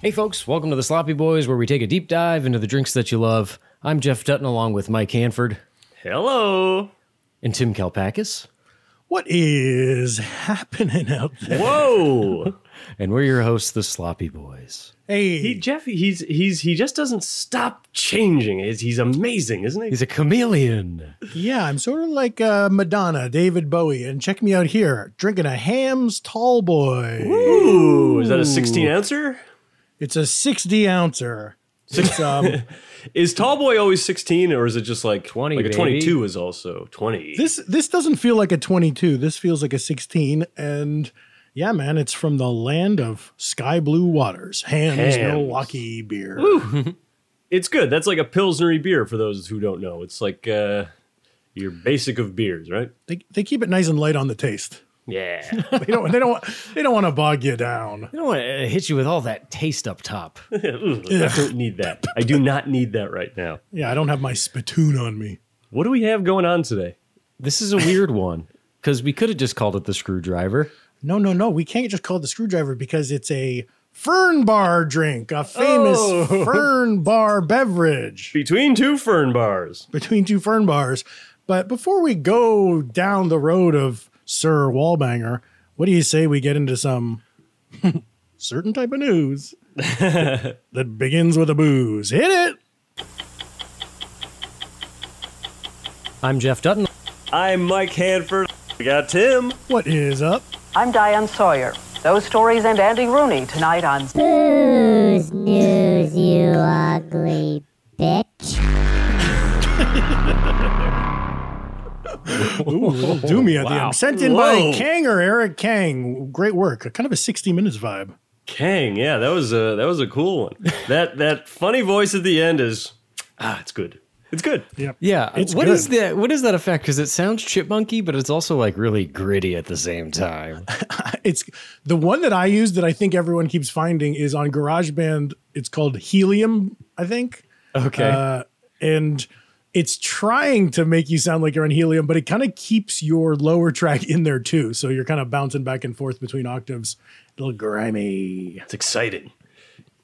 Hey, folks, welcome to the Sloppy Boys, where we take a deep dive into the drinks that you love. I'm Jeff Dutton, along with Mike Hanford Hello. and Tim Kalpakis, What is happening out there? Whoa. and we're your hosts, the Sloppy Boys. Hey, he, Jeff, he's he's he just doesn't stop changing. He's, he's amazing, isn't he? He's a chameleon. yeah, I'm sort of like uh, Madonna, David Bowie, and check me out here, drinking a Ham's Tall Boy. Ooh, is that a 16 ouncer? It's a 60 ouncer. It's, um, Is Tallboy always 16 or is it just like 20, Like a baby. 22 is also 20. this this doesn't feel like a 22. This feels like a 16. And yeah, man, it's from the land of sky blue waters, Ham's, Ham's. Milwaukee beer. It's good. That's like a Pilsnery beer for those who don't know. It's like uh, your basic of beers, right? They, they keep it nice and light on the taste. Yeah. They don't they don't they don't want to bog you down. I don't want to hit you with all that taste up top. I don't need that. I do not need that right now. Yeah, I don't have my spittoon on me. What do we have going on today? This is a weird one because we could have just called it the screwdriver. No, no, no. We can't just call it the screwdriver because it's a fern bar drink, a famous fern bar beverage Between two fern bars. between two fern bars. But before we go down the road of Sir Wallbanger, what do you say we get into some certain type of news that begins with a booze? Hit it. I'm Jeff Dutton. I'm Mike Hanford. We got Tim. What is up? I'm Diane Sawyer. Those stories and Andy Rooney tonight on Booze news, you ugly bitch. Ooh, a little doomy at the Wow. end. Sent in Whoa. by Kanger, Eric Kang. Great work. Kind of a 60 minutes vibe. Kang, yeah, that was a that was a cool one. That that funny voice at the end is ah, it's good. It's good. Yeah, It's what good. is that? What is that effect? Because it sounds chipmunky, but it's also like really gritty at the same time. it's the one that I use that I think everyone keeps finding is on GarageBand. It's called Helium, I think, Okay, uh, and it's trying to make you sound like you're on Helium, but it kind of keeps your lower track in there too, so you're kind of bouncing back and forth between octaves. A little grimy. It's exciting.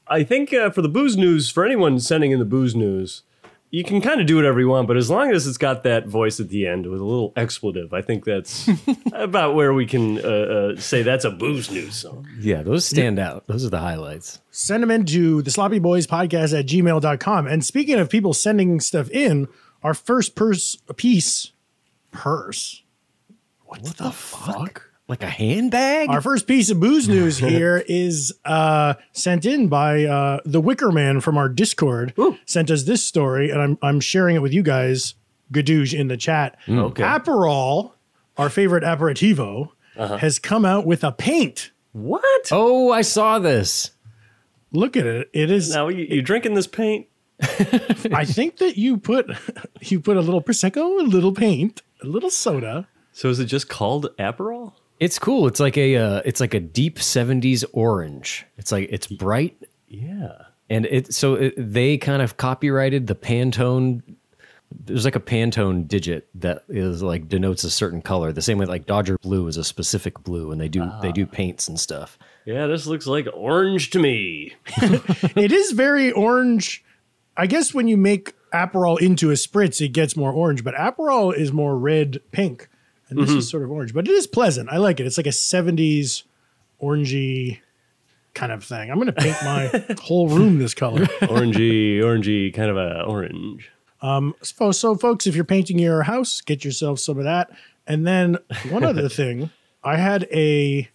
I think uh, for the booze news, for anyone sending in the booze news, you can kind of do whatever you want, but as long as it's got that voice at the end with a little expletive, I think that's about where we can uh, uh, say that's a booze news song. yeah, those stand out. Those are the highlights. Send them in to the sloppy boys podcast at gmail.com. And speaking of people sending stuff in, our first purse piece purse. What, the, fuck? Like a handbag. Our first piece of booze news here is uh, sent in by uh, the Wicker Man from our Discord. Sent us this story, and I'm I'm sharing it with you guys, Gadouge in the chat. okay. Aperol, our favorite aperitivo, has come out with a paint. What? oh, I saw this. Look at it. It is. Now you, you drinking this paint? I think that you put you put a little prosecco, a little paint, a little soda. So is it just called Aperol? It's cool. It's like a uh, it's like a deep '70s orange. It's like it's bright Yeah. and it so it, they kind of copyrighted the Pantone. There's like a Pantone digit that is like denotes a certain color. The same way like Dodger blue is a specific blue, and they do they do paints and stuff. Yeah, this looks like orange to me. it is very orange. I guess when you make Aperol into a spritz, it gets more orange, but Aperol is more red pink. And this is sort of orange, but it is pleasant. I like it. It's like a 70s orangey kind of thing. I'm going to paint my whole room this color. orangey, orangey, kind of a orange. So, so, folks, if you're painting your house, get yourself some of that. And then one other thing, I had a.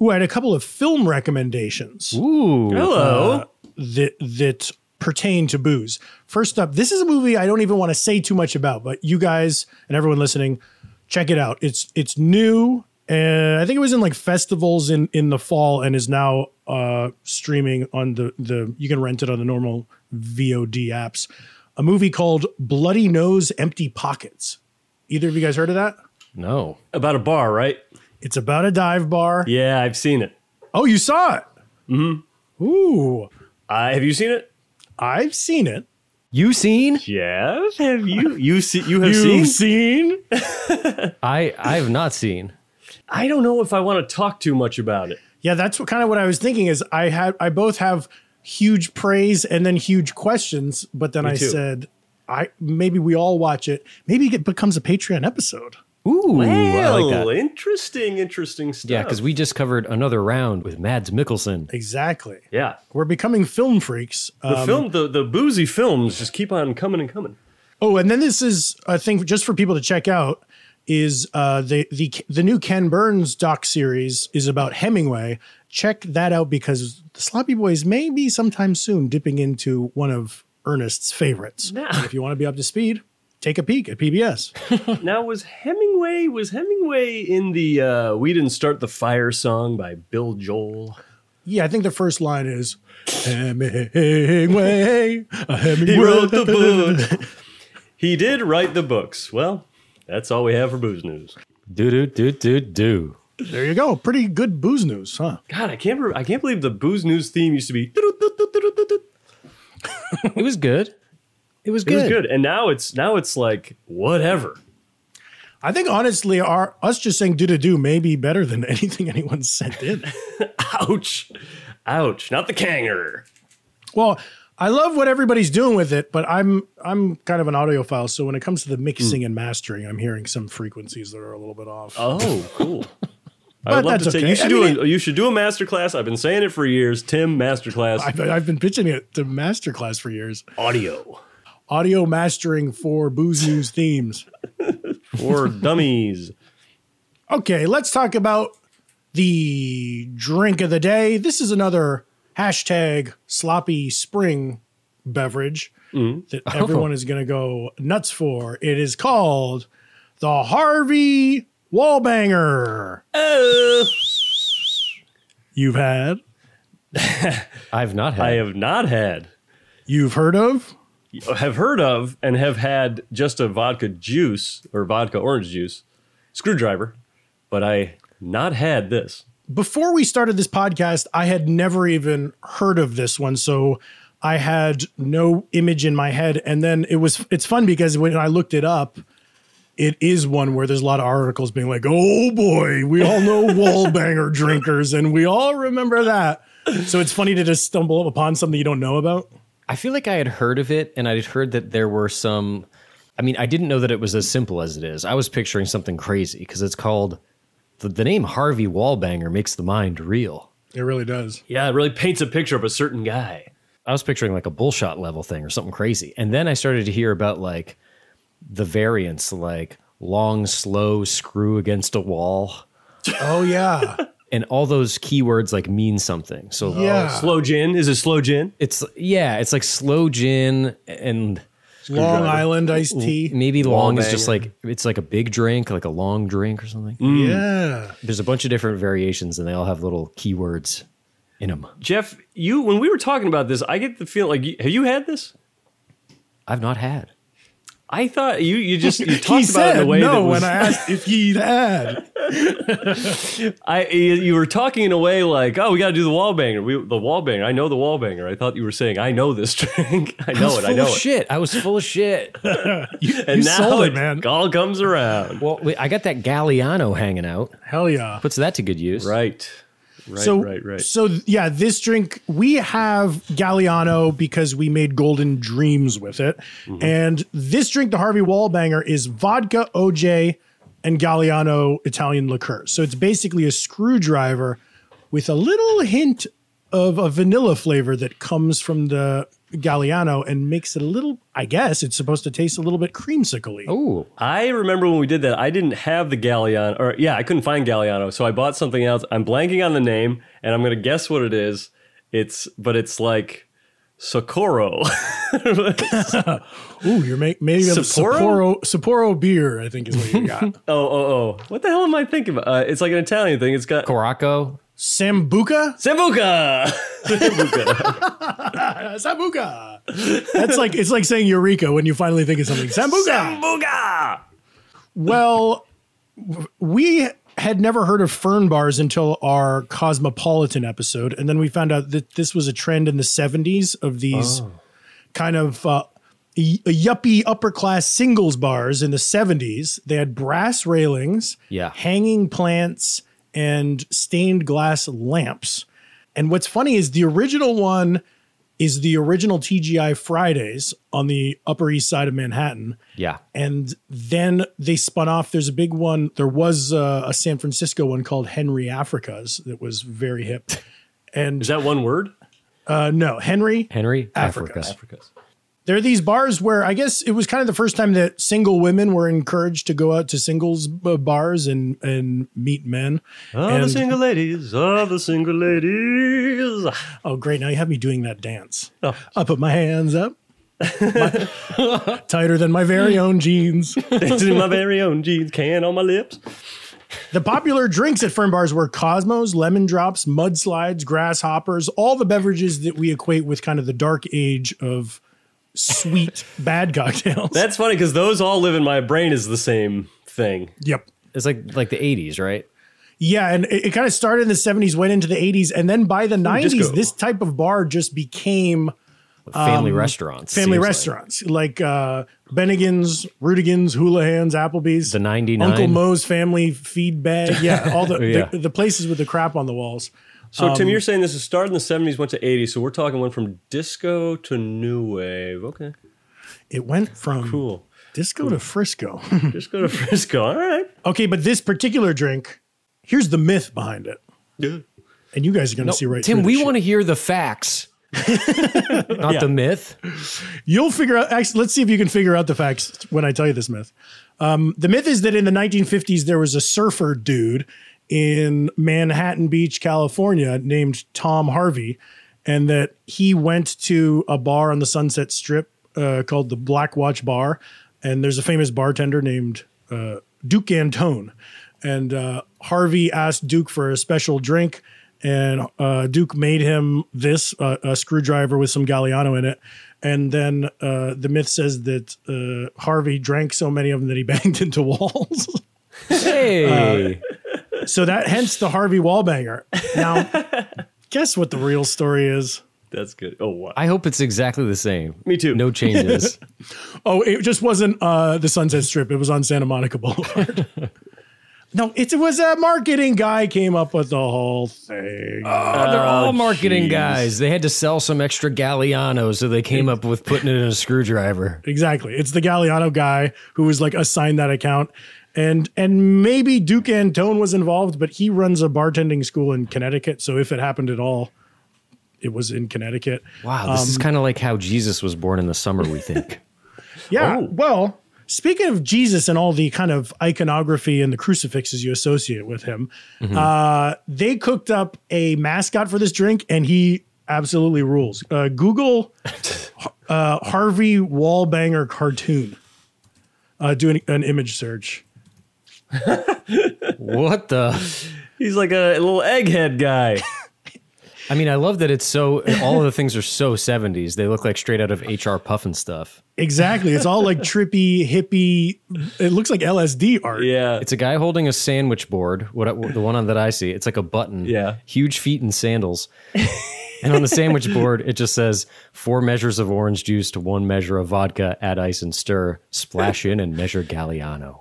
Ooh, I had a couple of film recommendations. Ooh, Hello. that that pertain to booze. First up, this is a movie I don't even want to say too much about, but you guys and everyone listening, check it out. It's it's new, and I think it was in like festivals in in the fall, and is now uh, streaming on the the. You can rent it on the normal VOD apps. A movie called Bloody Nose, Empty Pockets. Either of you guys heard of that? no, About a bar, right? It's about a dive bar. Yeah, I've seen it. Oh, you saw it. Mm-hmm. Ooh, Uh, have you seen it? I've seen it. you seen? Jeff, have you? You see, you have seen? seen? I I have not seen. I don't know if I want to talk too much about it. Yeah, that's what kind of what I was thinking is I had I both have huge praise and then huge questions. But then Me I too. said, I maybe we all watch it. Maybe it becomes a Patreon episode. Ooh, I like Well, that. interesting, interesting stuff. Yeah, because we just covered another round with Mads Mikkelsen. Exactly. yeah We're becoming film freaks. the Um, film the the boozy films just keep on coming and coming. Oh, and then this is a thing just for people to check out is uh, the the the new Ken Burns doc series is about Hemingway. Check that out because the Sloppy Boys may be sometime soon dipping into one of Ernest's favorites. Yeah. And If you want to be up to speed, take a peek at PBS. Now was Hemingway was Hemingway in the uh, "We Didn't Start the Fire" song by Bill Joel? yeah, I think the first line is Hemingway. a Hemingway. He wrote the book. he did write the books. Well, that's all we have for booze news. Do do do do do. There you go. Pretty good booze news, huh? God, I can't re- I can't believe the booze news theme used to be. It It was good. It was good. was good, and now it's now it's like whatever. I think honestly, our us just saying do to do may be better than anything anyone sent in. Ouch, ouch! Not the kanger. Well, I love what everybody's doing with it, but I'm I'm kind of an audiophile, so when it comes to the mixing and mastering, I'm hearing some frequencies that are a little bit off. Oh, cool. I But would love to that's take. okay. You should I do mean, a, you should do a master class. I've been saying it for years. Tim masterclass I've, I've been pitching it to masterclass for years. audio Audio mastering for booze news themes. for dummies. Okay, let's talk about the drink of the day. This is another hashtag sloppy spring beverage that everyone is going to go nuts for. It is called the Harvey Wallbanger. You've had, I've not had. I have not had, you've heard of. have heard of, and have had just a vodka juice or vodka orange juice screwdriver, but I not had this. Before we started this podcast, I had never even heard of this one. So I had no image in my head. And then it was, it's fun because when I looked it up, it is one where there's a lot of articles being like, oh boy, we all know wallbanger drinkers and we all remember that. So it's funny to just stumble upon something you don't know about. I feel like I had heard of it, and I had heard that there were some. I mean, I didn't know that it was as simple as it is. I was picturing something crazy because it's called the, the name Harvey Wallbanger makes the mind reel. It really does. Yeah, it really paints a picture of a certain guy. I was picturing like a bullshot level thing or something crazy. And then I started to hear about like the variants, like long, slow screw against a wall, Oh, yeah. and all those keywords like mean something. So Yeah. Slow gin is it slow gin? it's, yeah, it's like slow gin and Long Island iced tea. maybe long is just banger. Mm. like, it's like a big drink, like a long drink or something. Yeah. There's a bunch of different variations and they all have little keywords in them. Jeff, you when we were talking about this, I get the feeling like you- have you had this? I've not had. I thought you you just you He talked about it in said a way that no was, when I asked if he'd had. I you you were talking in a way like, oh, we got to do the wallbanger. We the wallbanger. I know the wallbanger. I thought you were saying, I know this drink. I know was it. full I know of it. shit. I was full of shit. And you now sold it, it man. all comes around. well, I got that Galliano hanging out. Hell yeah. Puts that to good use. Right. Right. so right. Right. so th- yeah this drink we have galliano because we made golden dreams with it Mm-hmm. and this drink the harvey wallbanger is vodka oj and galliano italian liqueur so it's basically a screwdriver with a little hint of a vanilla flavor that comes from the galliano and makes it a little i guess it's supposed to taste a little bit creamsicle Oh. Ooh. I remember when we did that. I didn't have the Galliano, or yeah, I couldn't find Galliano, so I bought something else. I'm blanking on the name, and I'm gonna guess what it is. It's but it's like Socorro. Ooh, you're make, maybe a Sapporo? Sapporo Sapporo beer, I think is what you got. oh, oh, oh! What the hell am I thinking about? Uh, it's like an Italian thing. It's got Caraco. Sambuca? Sambuca. Sambuca. That's like it's like saying Eureka when you finally think of something. Sambuca. Sambuca. Well, w- we had never heard of fern bars until our Cosmopolitan episode, and then we found out that this was a trend in the '70s of these kind of uh, y- yuppie upper class singles bars in the '70s. They had brass railings, Yeah. hanging plants, and stained glass lamps. And what's funny is the original one is the original TGI Fridays on the Upper East Side of Manhattan. Yeah. And then they spun off. There's a big one. There was uh, a San Francisco one called Henry Africa's that was very hip. And Is that one word? uh, no, Henry. Henry, Africa. Africa. Africa's. There are these bars where I guess it was kind of the first time that single women were encouraged to go out to singles b- bars and and meet men. All the And- single ladies, all the single ladies. Oh, great. Now you have me doing that dance. Oh. I put my hands up. My- tighter than my very own jeans. Dancing in my very own jeans, can on my lips. The popular drinks at Fern Bars were Cosmos, Lemon Drops, Mudslides, Grasshoppers, all the beverages that we equate with kind of the dark age of sweet bad cocktails. That's funny because those all live in my brain is the same thing. yep. It's like like the 80s, right? Yeah, and it, it kind of started in the 70s, went into the 80s, and then by the 90s, disco. this type of bar just became Family restaurants. Um, family seems like. restaurants like, uh, Bennigan's, Rudigan's, Houlihan's, Applebee's, The 99. Uncle Mo's family feed bag. Yeah, all the, Yeah. the the places with the crap on the walls. So, Um, Tim, you're saying this is started in the 70s, went to 80s. So, we're talking went from disco to new wave. Okay, It went from cool. disco to Frisco. Just go to Frisco. All right. okay, but this particular drink, here's the myth behind it, and you guys are going to see right. Tim, through we this want to hear the facts, not the myth. Uh, shit. You'll figure out. Actually, let's see if you can figure out the facts when I tell you this myth. Um, the myth is that in the 1950s there was a surfer dude in Manhattan Beach, California, named Tom Harvey, and that he went to a bar on the Sunset Strip uh, called the Black Watch Bar, and there's a famous bartender named uh, Duke Antone, and uh, Harvey asked Duke for a special drink. And uh, Duke made him this uh, a screwdriver with some Galliano in it, and then uh, the myth says that uh, Harvey drank so many of them that he banged into walls. Hey, so that hence the Harvey wall banger. Now, guess what the real story is? That's good. Oh, wow. I hope it's exactly the same. Me too. No changes. Oh, it just wasn't uh, the Sunset Strip. It was on Santa Monica Boulevard. no, it was a marketing guy came up with the whole thing. Oh, they're all marketing geez. guys. They had to sell some extra Galliano, so they came up with putting it in a screwdriver. Exactly. It's the Galliano guy who was like assigned that account. And and maybe Duke Antone was involved, but he runs a bartending school in Connecticut. So if it happened at all, it was in Connecticut. Wow, this is kind of like how Jesus was born in the summer, we think. Yeah. Oh. Well, speaking of Jesus and all the kind of iconography and the crucifixes you associate with him, uh, they cooked up a mascot for this drink, and he absolutely rules. Uh, Google uh, Harvey Wallbanger cartoon. Uh, do an, an image search. what the? He's like a little egghead guy. I mean, I love that it's so, all of the things are so 70s. They look like straight out of HR Puffin stuff. Exactly. It's all like trippy, hippie. It looks like LSD art. Yeah. It's a guy holding a sandwich board, what the one on that I see. It's like a button. Yeah. Huge feet and sandals. and on the sandwich board, it just says four measures of orange juice to one measure of vodka, add ice and stir, splash in and measure Galliano.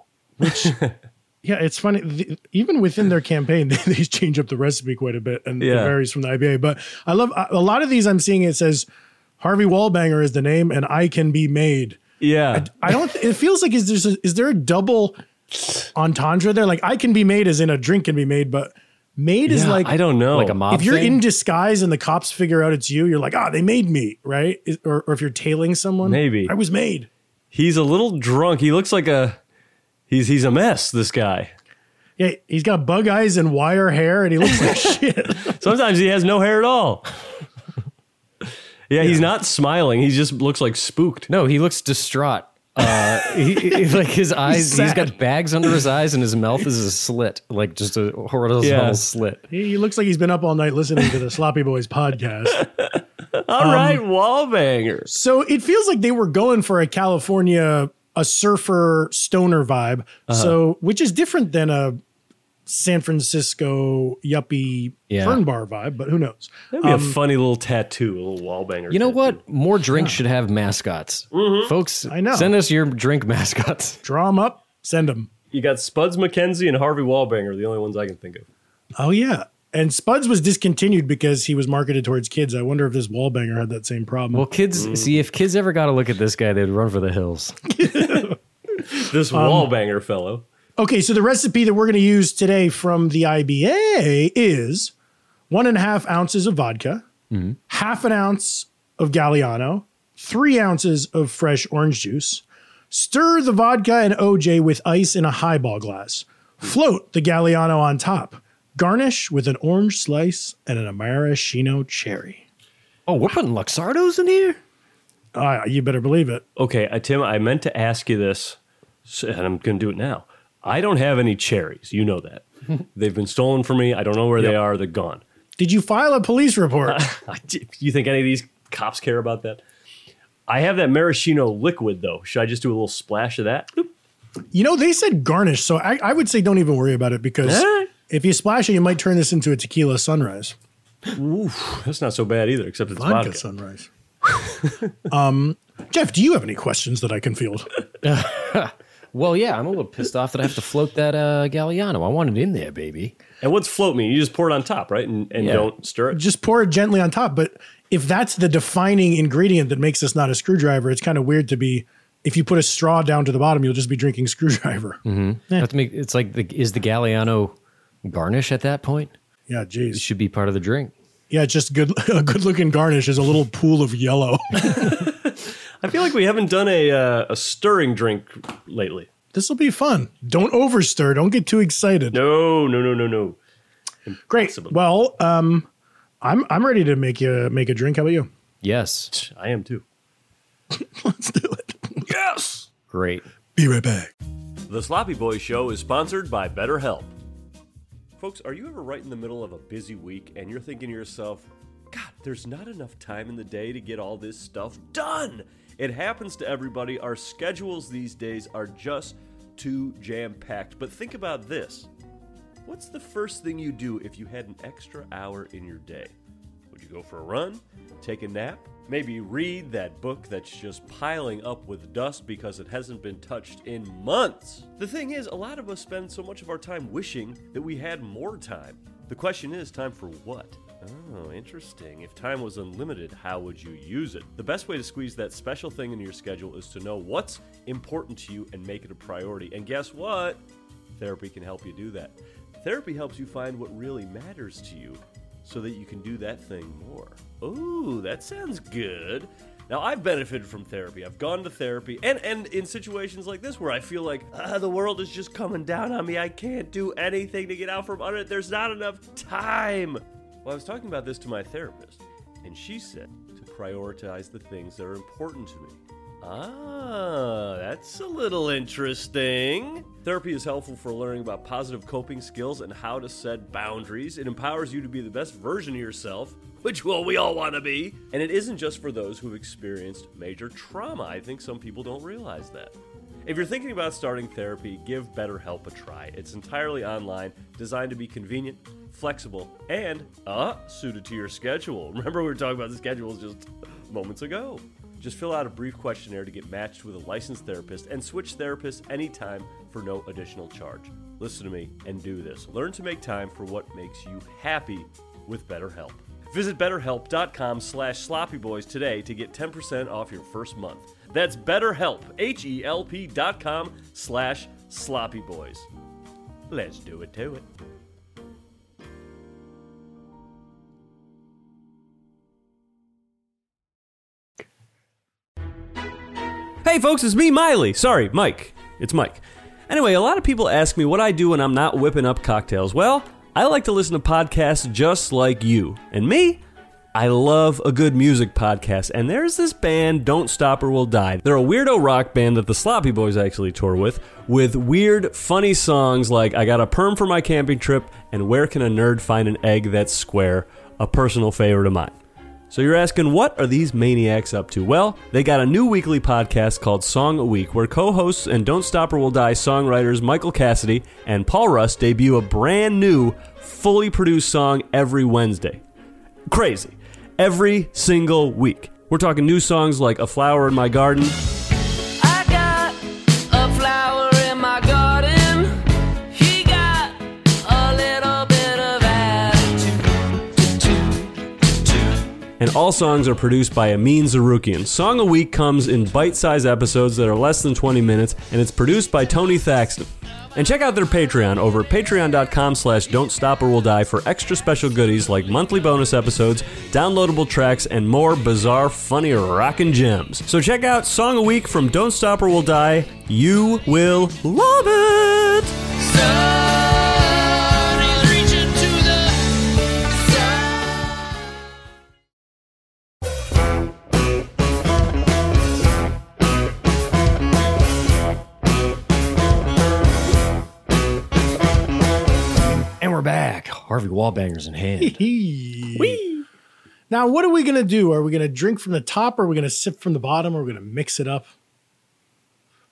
Yeah, it's funny. The, even within their campaign, they, they change up the recipe quite a bit, and it Yeah. varies from the IBA. But I love a a lot of these. I'm seeing it says Harvey Wallbanger is the name, and I can be made. yeah. I don't. It feels like is there is there a double entendre there? Like I can be made as in a drink can be made, but made is Yeah, like I don't know. Like a mob if you're thing? in disguise and the cops figure out it's you, you're like, ah, they made me, right? Is- or, or if you're tailing someone, Maybe. I was made. He's a little drunk. He looks like a he's he's a mess, this guy. Yeah, he's got bug eyes and wire hair, and he looks like shit. Sometimes he has no hair at all. yeah, he's not smiling. He just looks like spooked. No, he looks distraught. Uh, he, he- like his eyes, he's got bags under his eyes, and his mouth is a slit, like just a horizontal Yeah. slit. He he looks like he's been up all night listening to the Sloppy Boys podcast. All Um, right, wallbangers. So it feels like they were going for a California, a surfer stoner vibe. So which is different than a San Francisco yuppie Yeah. fern bar vibe, but who knows? That'd be a funny little tattoo, a little wallbanger. um, You know tattoo. what? More drinks should have mascots, folks. I know. Send us your drink mascots. Draw them up, send them. You got Spuds McKenzie and Harvey Wallbanger, the only ones I can think of. Oh yeah. And Spuds was discontinued because he was marketed towards kids. I wonder if this wallbanger had that same problem. Well, kids, see if kids ever got a look at this guy, they'd run for the hills. This wall wallbanger fellow. Okay, so the recipe that we're going to use today from the IBA is one and a half ounces of vodka, half an ounce of Galliano, three ounces of fresh orange juice. Stir the vodka and OJ with ice in a highball glass. Float the Galliano on top. Garnish with an orange slice and an maraschino cherry. Oh, we're putting Luxardos in here. Ah, you better believe it. Okay, uh, Tim, I meant to ask you this, s- and I'm going to do it now. I don't have any cherries. You know that. They've been stolen from me. I don't know where they are. They're gone. Did you file a police report? I d- you think any of these cops care about that? I have that maraschino liquid, though. Should I just do a little splash of that? Oop. You know, they said garnish, so I, I would say don't even worry about it because Eh? if you splash it, you might turn this into a tequila sunrise, That's not so bad either, except it's vodka, vodka. sunrise. um, Jeff, do you have any questions that I can field? Well, yeah, I'm a little pissed off that I have to float that uh, Galliano. I want it in there, baby. And what's float mean? You just pour it on top, right? And, and Yeah. don't stir it. Just pour it gently on top, but if that's the defining ingredient that makes this not a screwdriver, it's kind of weird to be. If you put a straw down to the bottom, you'll just be drinking screwdriver. That's make it's like the, is the Galliano garnish at that point? Yeah, It jeez. should be part of the drink. Yeah, it's just good. A good-looking garnish is a little pool of yellow. I feel like we haven't done a uh, a stirring drink lately. this will be fun. Don't overstir. Don't get too excited. No, no, no, no, no. Great. Well, um, I'm I'm ready to make you make a drink. How about you? Yes, I am too. Let's do it. Yes. great. Be right back. The Sloppy Boys Show is sponsored by BetterHelp. Folks, are you ever right in the middle of a busy week and you're thinking to yourself, God, there's not enough time in the day to get all this stuff done? It happens to everybody. Our schedules these days are just too jam packed. But think about this what's the first thing you do if you had an extra hour in your day? Would you go for a run? Take a nap? Maybe read that book that's just piling up with dust because it hasn't been touched in months? The thing is, a lot of us spend so much of our time wishing that we had more time. The question is, time for what? Oh, interesting. If time was unlimited, how would you use it? The best way to squeeze that special thing into your schedule is to know what's important to you and make it a priority. And guess what? Therapy can help you do that. Therapy helps you find what really matters to you so that you can do that thing more. Ooh, that sounds good. Now, I've benefited from therapy. I've gone to therapy, and, and in situations like this where I feel like "Ah, the world is just coming down on me, I can't do anything to get out from under it, there's not enough time. Well, I was talking about this to my therapist, and she said to prioritize the things that are important to me. Ah, that's a little interesting. Therapy is helpful for learning about positive coping skills and how to set boundaries. It empowers you to be the best version of yourself, which, well, we all want to be. And it isn't just for those who've experienced major trauma. I think some people don't realize that. If you're thinking about starting therapy, give BetterHelp a try. It's entirely online, designed to be convenient, flexible, and uh, suited to your schedule. Remember, we were talking about the schedules just moments ago. Just fill out a brief questionnaire to get matched with a licensed therapist and switch therapists anytime for no additional charge. Listen to me and do this. Learn to make time for what makes you happy with BetterHelp. Visit betterhelp.com slash sloppyboys today to get 10% off your first month. That's betterhelp, H-E-L-P dot com slash sloppyboys. Let's do it to it. Hey, folks, it's me, Miley. Sorry, Mike. It's Mike. Anyway, a lot of people ask me what I do when I'm not whipping up cocktails. Well, I like to listen to podcasts just like you. And me? I love a good music podcast, and there's this band, Don't Stop or We'll Die. They're a weirdo rock band that the Sloppy Boys actually tour with, with weird, funny songs like I Got a Perm for My Camping Trip and Where Can a Nerd Find an Egg That's Square, a personal favorite of mine. So you're asking, what are these maniacs up to? Well, they got a new weekly podcast called Song a Week, where co-hosts and Don't Stop or Will Die songwriters Michael Cassidy and Paul Russ debut a brand new, fully produced song every Wednesday crazy. Every single week. We're talking new songs like A Flower in My Garden. I got a flower in my garden. He got a little bit of attitude. and all songs are produced by Amin Zarukian. Song a Week comes in bite sized episodes that are less than 20 minutes, and it's produced by Tony Thaxton. And check out their Patreon over at patreon.com slash don't stop or will die for extra special goodies like monthly bonus episodes, downloadable tracks, and more bizarre, funny, rockin' gems. So check out Song a Week from Don't Stop or Will Die. You will love it! Sun is reaching to the sun. And we're back. Harvey Wallbangers in hand. Now, what are we going to do? Are we going to drink from the top? Or are we going to sip from the bottom? Or are we going to mix it up?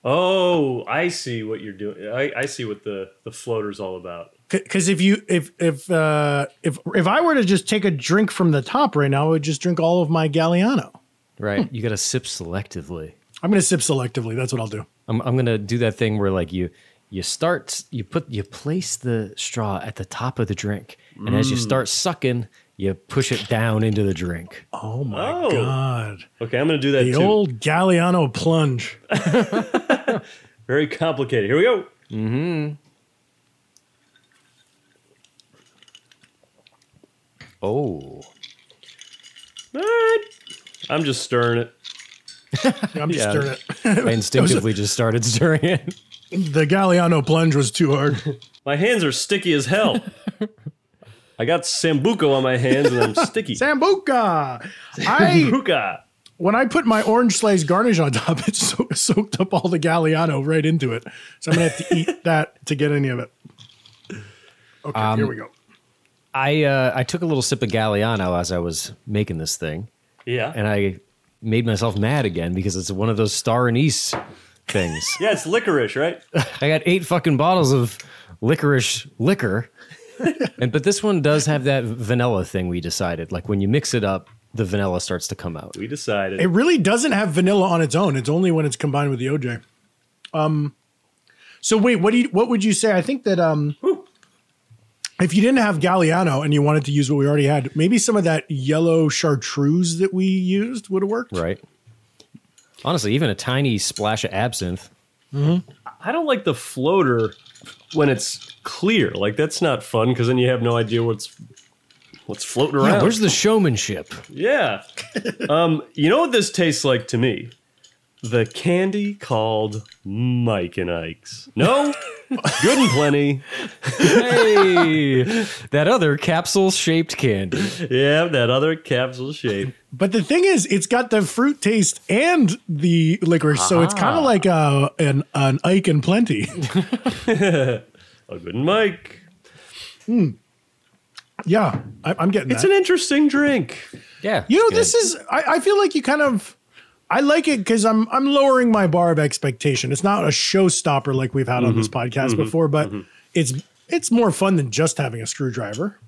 Oh, I see what you're doing. I, I see what the, the floater's all about. Because if you if if uh, if if I were to just take a drink from the top right now, I would just drink all of my Galliano. right. You got to sip selectively. I'm going to sip selectively. That's what I'll do. I'm, I'm gonna do that thing where like you you start you put you place the straw at the top of the drink, and as you start sucking, you push it down into the drink. Oh my Oh. god! Okay, I'm going to do that The too. old Galliano plunge. Very complicated. Here we go. Oh, All right. I'm just stirring it. I'm just Yeah. stirring it. I instinctively just started stirring it. The Galliano plunge was too hard. My hands are sticky as hell. I got sambuco on my hands and I'm sticky. Sambuca. I Sambuca. when I put my orange sliced garnish on top, it so- soaked up all the Galliano right into it. So I'm gonna have to eat that to get any of it. Okay, here we go. I uh, I took a little sip of Galliano as I was making this thing, Yeah. and I made myself mad again because it's one of those star anise things. yeah, it's licorice, right? I got eight fucking bottles of licorice liquor. and but this one does have that vanilla thing we decided. Like when you mix it up, the vanilla starts to come out. We decided. It really doesn't have vanilla on its own. It's only when it's combined with the OJ. Um, so wait, what do you, what would you say? I think that um, if you didn't have Galliano and you wanted to use what we already had, maybe some of that yellow chartreuse that we used would have worked. Right. Honestly, even a tiny splash of absinthe. I don't like the floater when it's clear. Like that's not fun because then you have no idea what's what's floating around. Yeah, where's the showmanship? Yeah. um, you know what this tastes like to me? The candy called Mike and Ike's. No, good and plenty. Hey, that other capsule shaped candy. Yeah, that other capsule shape. But the thing is, it's got the fruit taste and the licorice, so it's kind of like a an an Ike and Plenty. A good and Mike. yeah, I, I'm getting It's that. an interesting drink. Yeah. you know, it's this good. is I, I feel like you kind of I like it because I'm I'm lowering my bar of expectation. It's not a showstopper like we've had on this Mm-hmm. podcast before, but it's it's more fun than just having a screwdriver.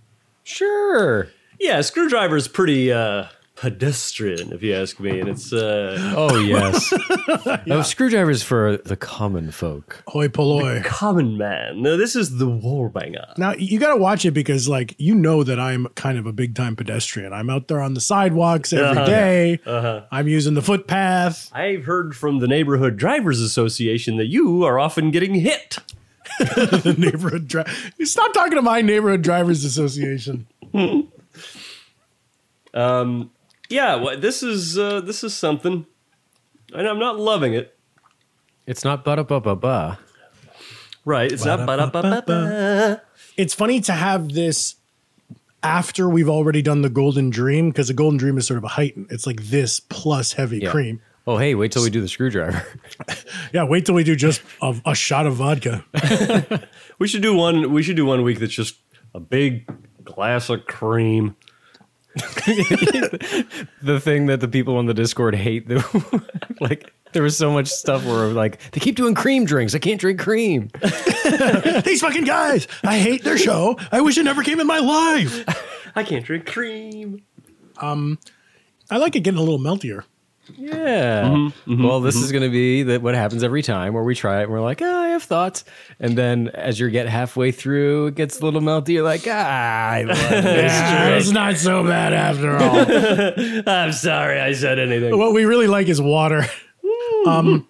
sure. Yeah, screwdriver is pretty uh, pedestrian, if you ask me, and it's uh, Oh yes. Oh, screwdrivers for the common folk. Hoi polloi. common man. No, this is the warbanger. Now you got to watch it because, like, you know that I'm kind of a big time pedestrian. I'm out there on the sidewalks every Uh-huh. day. I'm using the footpath. I've heard from the neighborhood drivers association that you are often getting hit. the neighborhood driver. Stop talking to my neighborhood drivers association. Yeah, wha- this is uh, this is something, and I'm not loving it. It's not ba da ba ba ba. Right? It's not ba-da-ba-ba-ba. It's funny to have this after we've already done the golden dream because the golden dream is sort of a heightened. It's like this plus heavy Yeah. cream. Oh hey, wait till we do the screwdriver. Yeah, wait till we do just a, a shot of vodka. We should do one. We should do one week that's just a big glass of cream. the thing that the people on the Discord hate. The, like there was so much stuff where like they keep doing cream drinks. I can't drink cream. These fucking guys, I hate their show. I wish it never came in my life. I can't drink cream. I like it getting a little meltier. Yeah. Mm-hmm, well, this is going to be that what happens every time where we try it and we're like, ah, I have thoughts. And then as you get halfway through, it gets a little melty. You're like, ah, I love this. Yeah, it's not so bad after all. I'm sorry I said anything. what we really like is water. Um,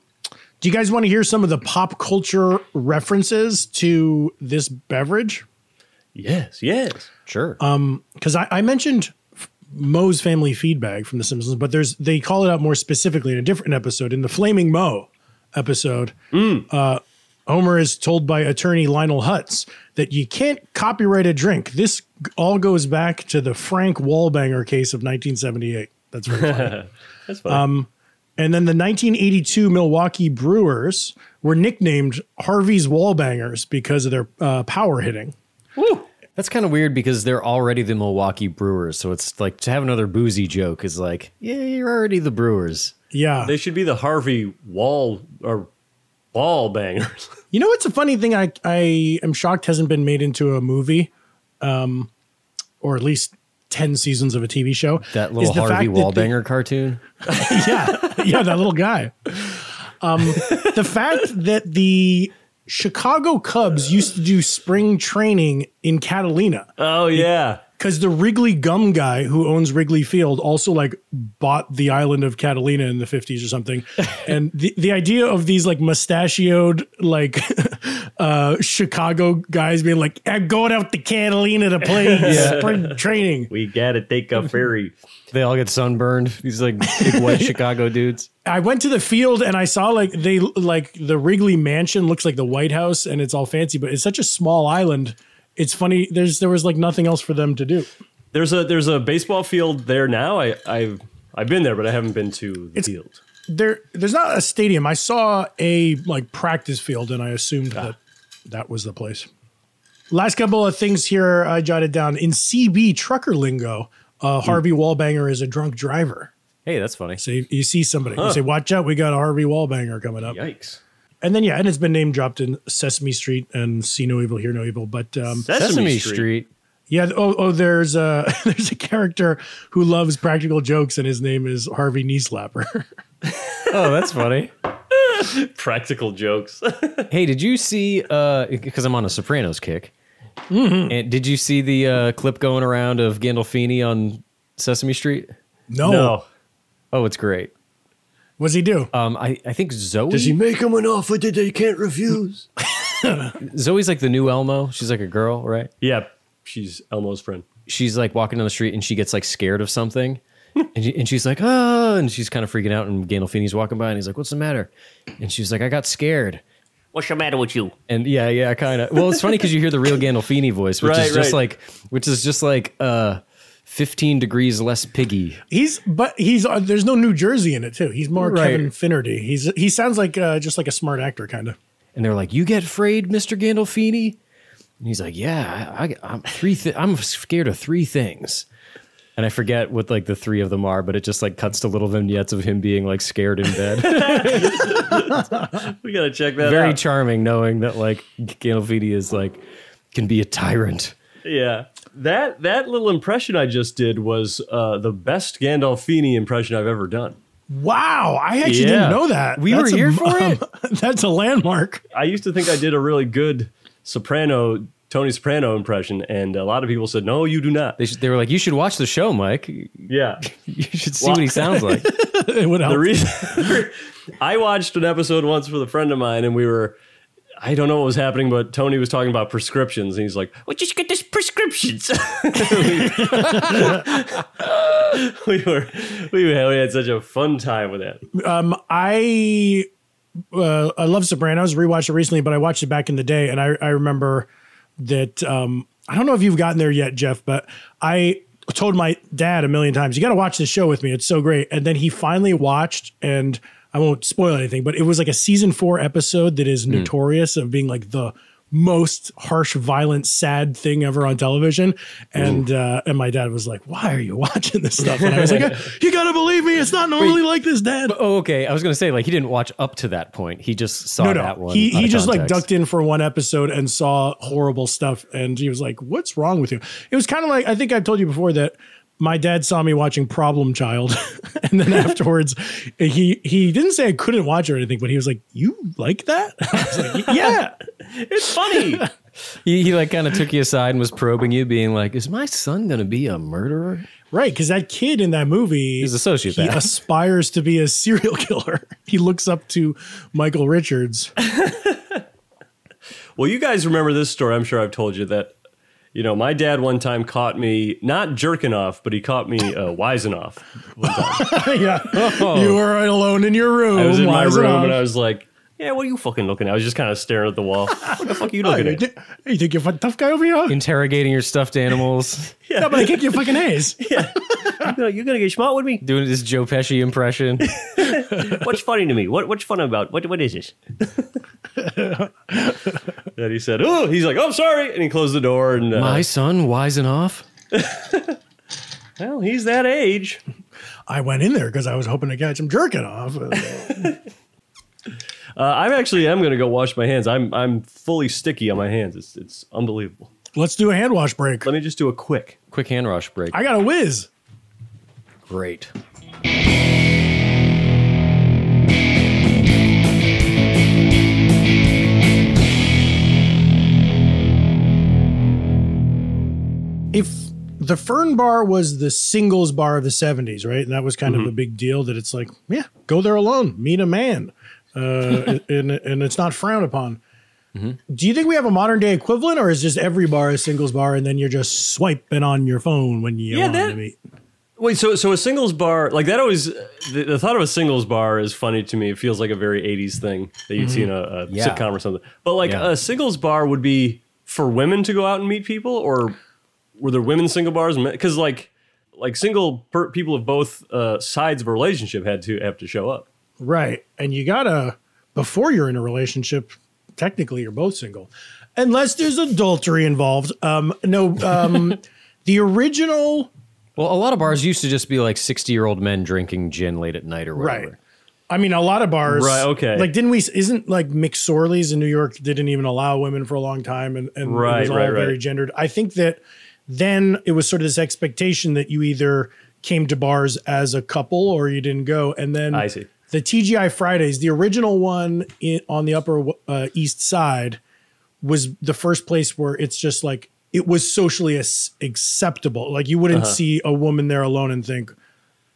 do you guys want to hear some of the pop culture references to this beverage? Yes, yes. sure. Because I, I mentioned F- Moe's family feedback from The Simpsons, but there's they call it out more specifically in a different episode in the Flaming Moe episode. Hmm. Uh, Homer is told by attorney Lionel Hutz that you can't copyright a drink. This g- all goes back to the Frank Wallbanger case of 1978. That's very funny. That's fine. Um, And then the 1982 Milwaukee Brewers were nicknamed Harvey's Wallbangers because of their uh, power hitting. That's kind of weird because they're already the Milwaukee Brewers. So it's like to have another boozy joke is like, yeah, you're already the Brewers. Yeah. they should be the Harvey Wall or Ball Bangers. you know what's a funny thing I, I am shocked hasn't been made into a movie um, or at least 10 seasons of a TV show? That little is the Harvey fact that they- Wallbanger cartoon. yeah, yeah, that little guy. Um, the fact that the Chicago Cubs used to do spring training in Catalina. oh yeah. because the Wrigley gum guy who owns Wrigley Field also like bought the island of Catalina in the 50s or something. and the, the idea of these like mustachioed like uh Chicago guys being like, I'm going out to Catalina to play spring training. We gotta take a ferry. They all get sunburned. These like big white Chicago dudes. I went to the field and I saw like they like the Wrigley mansion looks like the White House and it's all fancy, but it's such a small island. It's funny, there's there was like nothing else for them to do. There's a there's a baseball field there now. I, I've I've been there, but I haven't been to the field. there there's not a stadium. I saw a like practice field and I assumed that that was the place. Last couple of things here I jotted down in CB trucker lingo, uh, Harvey Wallbanger is a drunk driver. Hey, that's funny. So you, you see somebody, you say, "Watch out, we got a Harvey Wallbanger coming up." Yikes. And then yeah, and it's been name dropped in Sesame Street and See No Evil, Hear No Evil. But um, Sesame, Street. yeah, oh, oh, there's a there's a character who loves practical jokes and his name is Harvey Kneeslapper. Oh, that's funny. Practical jokes. Hey, did you see? Because I'm on a Sopranos kick. Mm-hmm. And did you see the uh, clip going around of Gandolfini on Sesame Street? no, Oh, it's great. what's he do? Um, I, I think Zoe. make him an offer that they can't refuse? Zoe's like the new Elmo. She's like a girl, right? yeah, she's Elmo's friend. She's like walking down the street and she gets like scared of something. And, she, and she's like, oh, and she's kind of freaking out. And Gandolfini's walking by and he's like, what's the matter? And she's like, I got scared. What's the matter with you? And yeah, yeah, kind of. Well, it's funny because you hear the real Gandolfini voice, which Right, is just right. like, which is just like, uh, fifteen degrees less piggy. He's but he's uh, there's no New Jersey in it too. He's more Right. Kevin Finnerty. He's he sounds like uh, just like a smart actor kind of. And they're like, "You get frayed, Mister Gandolfini?" And he's like, "Yeah, I, I, am three. Th- I'm scared of three things." And I forget what like the three of them are, but it just like cuts to little vignettes of him being like scared in bed. We gotta check that Very out. charming, knowing that like Gandolfini is like can be a tyrant. yeah. That that little impression I just did was uh, the best Gandolfini impression I've ever done. Wow, I Yeah. actually didn't know that. We were a- here for it? that's a landmark. I used to think I did a really good soprano Tony Soprano impression, and a lot of people said, "No, you do not." They, sh- they were like, "You should watch the show, Mike. You Yeah, should see what he sounds like." It would help. the reason I watched an episode once with a friend of mine, and we were. I don't know what was happening, but Tony was talking about prescriptions, and he's like, Well, just get this prescriptions. "We were, we had, we had such a fun time with that." Um, I uh, I love Sopranos. Rewatched it recently, but I watched it back in the day, and I I remember that um, I don't know if you've gotten there yet, Jeff, but I told my dad a million times, "You got to watch this show with me. It's so great." And then he finally watched, and I won't spoil anything, but it was like a season four episode that is notorious of being like the most harsh, violent, sad thing ever on television. And uh, and my dad was like, "Why are you watching this stuff?" And I was like, "You got to believe me. It's not normally like this, Dad." Oh, okay. I was gonna say like he didn't watch up to that point. He just saw no, no. that one. He out he of just like context. ducked in for one episode and saw horrible stuff, and he was like, "What's wrong with you?" It was kind of like I think I've told you before that my dad saw me watching Problem Child, and then afterwards, he he didn't say I couldn't watch it or anything, but he was like, "You like that?" I was like, yeah, It's funny. He, he like kind of took you aside and was probing you, being like, "Is my son going to be a murderer?" uh, right. Because that kid in that movie He's a sociopath. He aspires to be a serial killer. He looks up to Michael Richards. Well, you guys remember this story. I'm sure I've told you that. You know, my dad one time caught me not jerking off, but he caught me uh, wising off. yeah, you were alone in your room. Oh. I was in my wise room enough. and I was like, "Yeah, what are you fucking looking at?" I was just kind of staring at the wall. what the fuck are you Oh, looking you, at? thi- you think you're a tough guy over here? Interrogating your stuffed animals, No, but I kick your fucking ass. You gonna- You're gonna get smart with me? doing his Joe Pesci impression. What's funny to me? What What's fun about? What What is this? then he said, "Oh," he's like, "I'm sorry," and he closed the door. And uh, my son wising off. well, he's that age. I went in there because I was hoping to catch him jerking off. Uh, I'm actually I'm gonna go wash my hands. I'm I'm fully sticky on my hands. It's it's unbelievable. Let's do a hand wash break. Let me just do a quick. Quick hand rush break. I got a whiz. Great. If the Fern Bar was the singles bar of the 70s, right? And that was kind Mm-hmm. of a big deal that it's like, yeah, go there alone, meet a man. Uh, and, and it's not frowned upon. Mm-hmm. Do you think we have a modern day equivalent, or is just every bar a singles bar, and then you're just swiping on your phone when you Yeah, want that- to meet? Wait, so so a singles bar like that always uh, the, the thought of a singles bar is funny to me. It feels like a very '80s thing that you'd see in a, a Mm-hmm. Yeah. sitcom or something. But like Yeah. a singles bar would be for women to go out and meet people, or were there women single bars? Because like like single per, people of both uh, sides of a relationship had to have to show up. Right. And you gotta, before you're in a relationship, technically you're both single, unless there's adultery involved. Um, no, um, the original, Well, a lot of bars used to just be like sixty-year-old men drinking gin late at night or whatever. right. I mean, a lot of bars, Right, okay. Like, didn't we? Isn't like McSorley's in New York didn't even allow women for a long time, and, and it Right, was all right, right. very gendered. I think that then it was sort of this expectation that you either came to bars as a couple or you didn't go, and then I see. the TGI Fridays, the original one in, on the Upper uh, East Side, was the first place where it's just like it was socially as- acceptable. Like you Uh-huh. wouldn't see a woman there alone and think,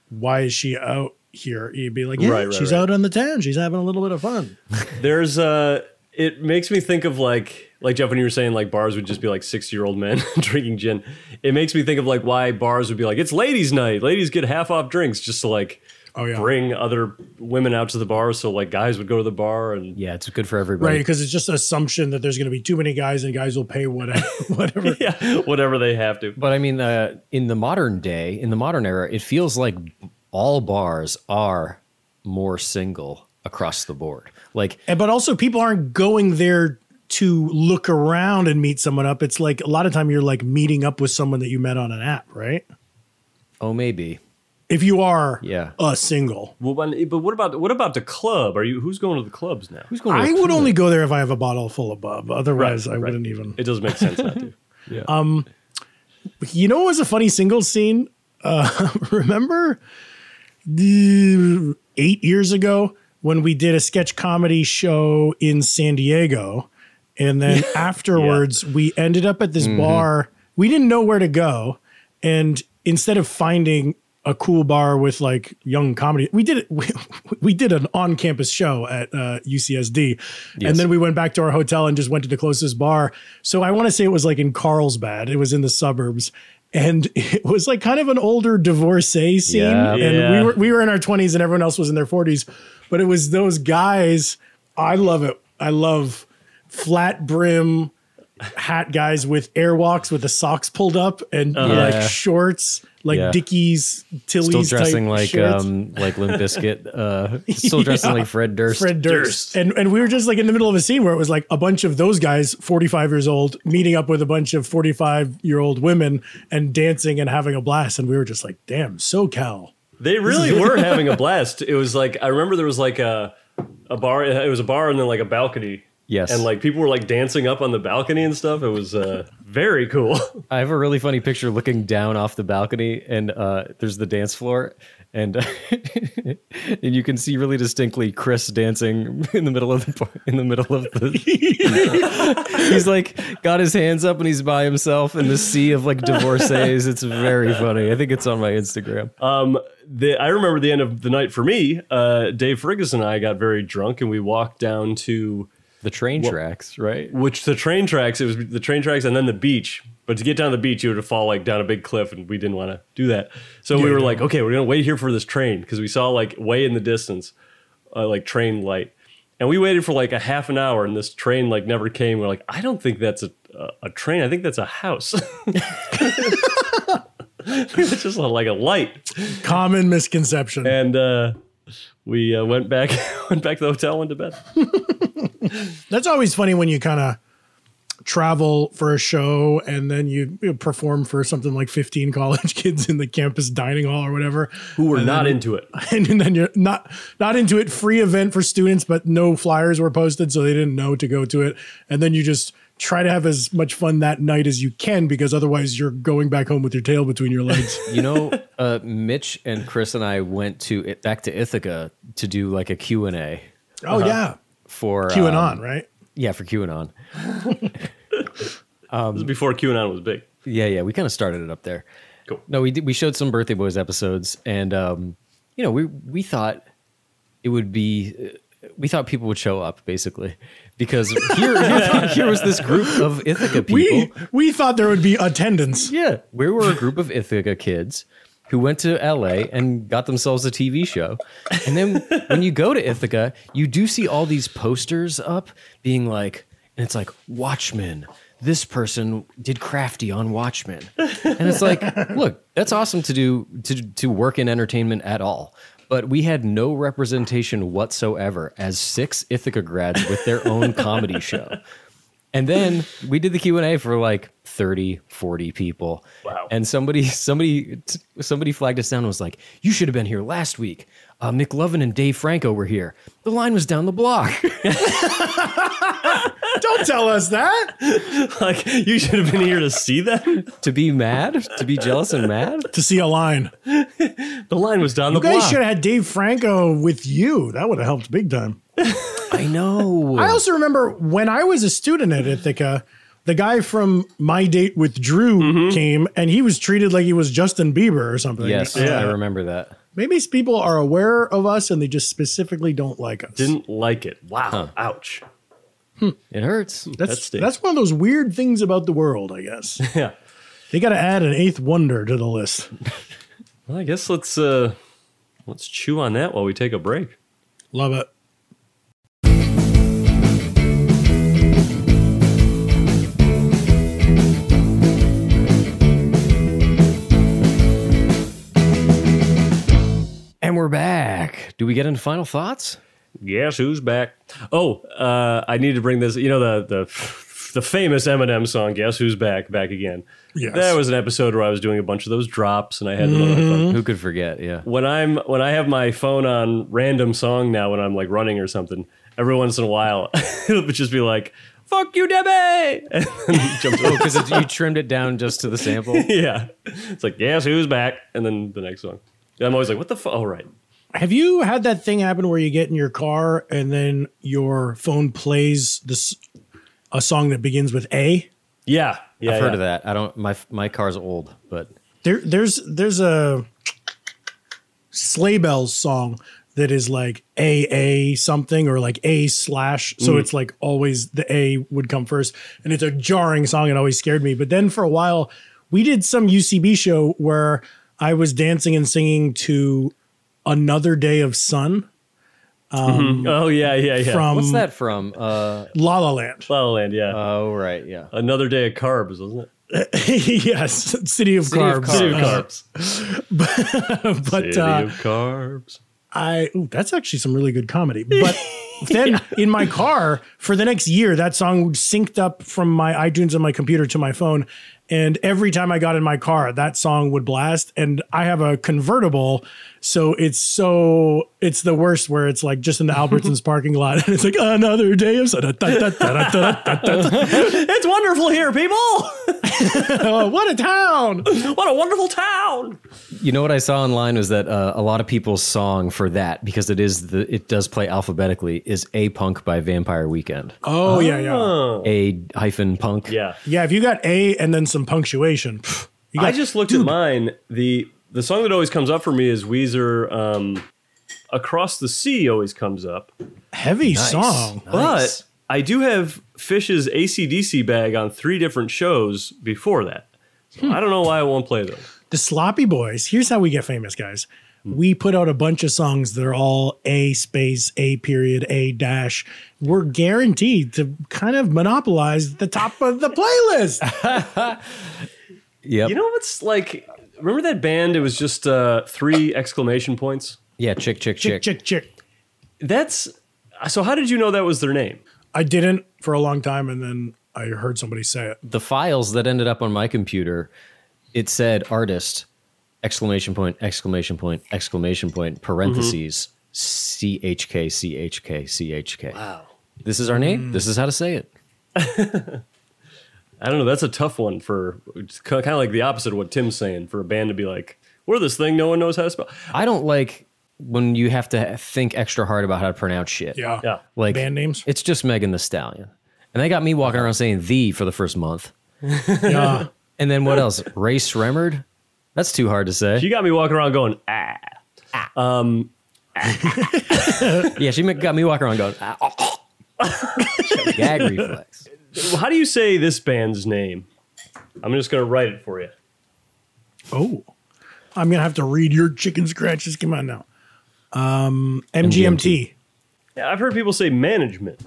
"Why is she out here?" You'd be like, "Yeah, Right, right, she's right. out on the town. She's having a little bit of fun." There's uh it makes me think of like like Jeff when you were saying like bars would just be like 60 year old men drinking gin. It makes me think of like why bars would be like it's ladies night. Ladies get half off drinks just to like Oh yeah, bring other women out to the bar so like guys would go to the bar and Yeah, it's good for everybody. right? Because it's just an assumption that there's going to be too many guys and guys will pay whatever. whatever. yeah, whatever they have to. But I mean, uh, in the modern day, in the modern era, it feels like all bars are more single across the board. Like, And but also people aren't going there to look around and meet someone up. It's like a lot of time you're like meeting up with someone that you met on an app, right? oh, maybe. If you are Yeah. a single. Well, when- but what about what about the club? Are you who's going to the clubs now? Who's going to I the would pool? only go there if I have a bottle full of bub. Otherwise, I wouldn't even. It doesn't make sense not to. You know what was a funny single scene? Uh, remember the- eight years ago when we did a sketch comedy show in San Diego? And then afterwards, we ended up at this bar. We didn't know where to go. And instead of finding a cool bar with like young comedy, we did it. We, we did an on campus show at uh, UCSD. And then we went back to our hotel and just went to the closest bar. So I want to say it was like in Carlsbad, it was in the suburbs. And it was like kind of an older divorcee scene. Yeah. And we Yeah. were we were in our 20s and everyone else was in their 40s but it was those guys i love it i love flat brim hat guys with airwalks with the socks pulled up and like Uh-huh. Yeah. shorts like Yeah. dickies tilly's Still type dressing like shorts. um like Limp Bizkit, uh, still dressing like Fred Durst. Fred Durst. And and we were just like in the middle of a scene where it was like a bunch of those guys, 45 years old, meeting up with a bunch of 45 year old women and dancing and having a blast. And we were just like, damn, SoCal. They really were having a blast. It was like I remember there was like a a bar. It was a bar and then like a balcony. Yes. and like people were like dancing up on the balcony and stuff. It was uh, very cool. I have a really funny picture looking down off the balcony, and uh, there's the dance floor, and and you can see really distinctly Chris dancing in the middle of the par- in the middle of the. he's like got his hands up and he's by himself in the sea of like divorcees. It's very funny. I think it's on my Instagram. the I remember the end of the night for me. Uh, Dave Ferguson and I got very drunk, and we walked down to the train tracks, right? which the train tracks. It was the train tracks, and then the beach. But to get down to the beach, you would have to fall like down a big cliff, and we didn't want to do that. So we were like, okay, we're gonna wait here for this train because we saw like way in the distance, uh, like train light, and we waited for like a half an hour, and this train like never came. We're like, I don't think that's a a, a train. I think that's a house. it's just like a light Common misconception. and uh, we uh, went back went back to the hotel went to bed That's always funny when you kind of travel for a show and then you, you perform for something like 15 college kids in the campus dining hall or whatever who were not into it and, then you're not not into it free event for students but no flyers were posted so they didn't know to go to it and then you just try to have as much fun that night as you can because otherwise you're going back home with your tail between your legs You know, uh, Mitch and Chris and I went to back to Ithaca to do like a Q and A oh yeah for qanon um, right Yeah, for QAnon. this is before qanon was big Yeah, yeah, we kind of started it up there. Cool. No, we did, we showed some Birthday Boys episodes, and um, you know, we we thought it would be uh, we thought people would show up basically because here here was this group of Ithaca people. we we thought there would be attendance yeah, we were a group of Ithaca kids who went to LA and got themselves a TV show. And then when you go to Ithaca, you do see all these posters up being like, and it's like, Watchmen. This person did crafty on Watchmen. And it's like, look, that's awesome to do to to work in entertainment at all. But we had no representation whatsoever as six Ithaca grads with their own comedy show. And then we did the Q&A for like 30, 40 people. Wow. And somebody somebody somebody flagged us down and was like, "You should have been here last week. Uh, McLovin and Dave Franco were here. The line was down the block." don't tell us that like you should have been here to see them to be mad, to be jealous and mad? to see a line the line was down the You guys block should have had Dave Franco with you. That would have helped big time. I know. I also remember when I was a student at Ithaca, the guy from My Date with Drew came and he was treated like he was Justin Bieber or something. yes, Yeah. I remember that. Maybe s- people are aware of us and they just specifically don't like us. didn't like it wow ouch It hurts. that that's, stinks. that's one of those weird things about the world, I guess. yeah they got to add an eighth wonder to the list. well i guess let's uh let's chew on that while we take a break Love it. And we're back. Do we get into final thoughts? Guess who's back? Oh, uh, I need to bring this. You know the the the famous Eminem song. Guess who's back? Back again. Yes. That was an episode where I was doing a bunch of those drops, and I had them on my phone. Who could forget? Yeah. when I'm when I have my phone on random song now when I'm like running or something, every once in a while it'll just be like "fuck you, Debbie," and then jump to Because you trimmed Oh, it down just to the sample. yeah, it's like "Guess who's back?" and then the next song. And I'm always like, "What the fuck?" Oh, right. Have you had that thing happen where you get in your car and then your phone plays this a song that begins with A? Yeah, yeah. I've heard yeah. of that. I don't. My my car's old, but There, there's there's a sleigh bells song that is like a a something or like a slash Mm. so it's like always the a would come first and it's a jarring song it always scared me but then for a while we did some ucb show where i was dancing and singing to another day of sun Oh yeah, yeah, yeah. from what's that from? Uh, la la land La La Land. Yeah. oh right, yeah. Another day of carbs, wasn't it? yes city of City of carbs, City of Uh, carbs. but City uh, of carbs. I ooh, that's actually some really good comedy. But then in my car for the next year, that song synced up from my iTunes and my computer to my phone. And every time I got in my car, that song would blast. And I have a convertible, so it's so it's the worst where it's like just in the Albertsons parking lot and it's like another day of It's wonderful here, people. oh, what a town. what a wonderful town. You know what I saw online was that uh, a lot of people's song for that because it is the it does play alphabetically is a punk by Vampire Weekend. Oh yeah, yeah. Ah. A hyphen punk. Yeah. Yeah, if you got A and then some punctuation, pff, you got I just looked at mine. The the song that always comes up for me is Weezer um, Across the Sea always comes up. heavy song. Nice. But I do have Fish's ACDC bag on three different shows before that. So I don't know why I won't play them. The Sloppy Boys. Here's how we get famous, guys. We put out a bunch of songs that are all A space, A period, A dash. We're guaranteed to kind of monopolize the top of the playlist. Yep. You know what's like? Remember that band? It was just uh, three exclamation points. yeah. Chick chick chick, chick. chick, chick. That's so. How did you know that was their name? I didn't for a long time, and then I heard somebody say it. The files that ended up on my computer, it said artist exclamation point exclamation point exclamation point parentheses C H K C H K C H K. Wow. This is our name. Mm. This is how to say it. I don't know. That's a tough one for kind of like the opposite of what Tim's saying for a band to be like, "We're this thing no one knows how to spell." I don't like when you have to think extra hard about how to pronounce shit. Yeah. Yeah, Like Band names? It's just Megan the Stallion. And they got me walking around saying the for the first month. Yeah. And then what else? Race Remord? That's too hard to say. you got me walking around going, "Ah." yeah, she ma- got me walking around going, ah, oh, oh." gag reflex. How do you say this band's name? I'm just gonna write it for you. Oh, I'm gonna have to read your chicken scratches. Come on now. Um, MGMT. Yeah, I've heard people say management.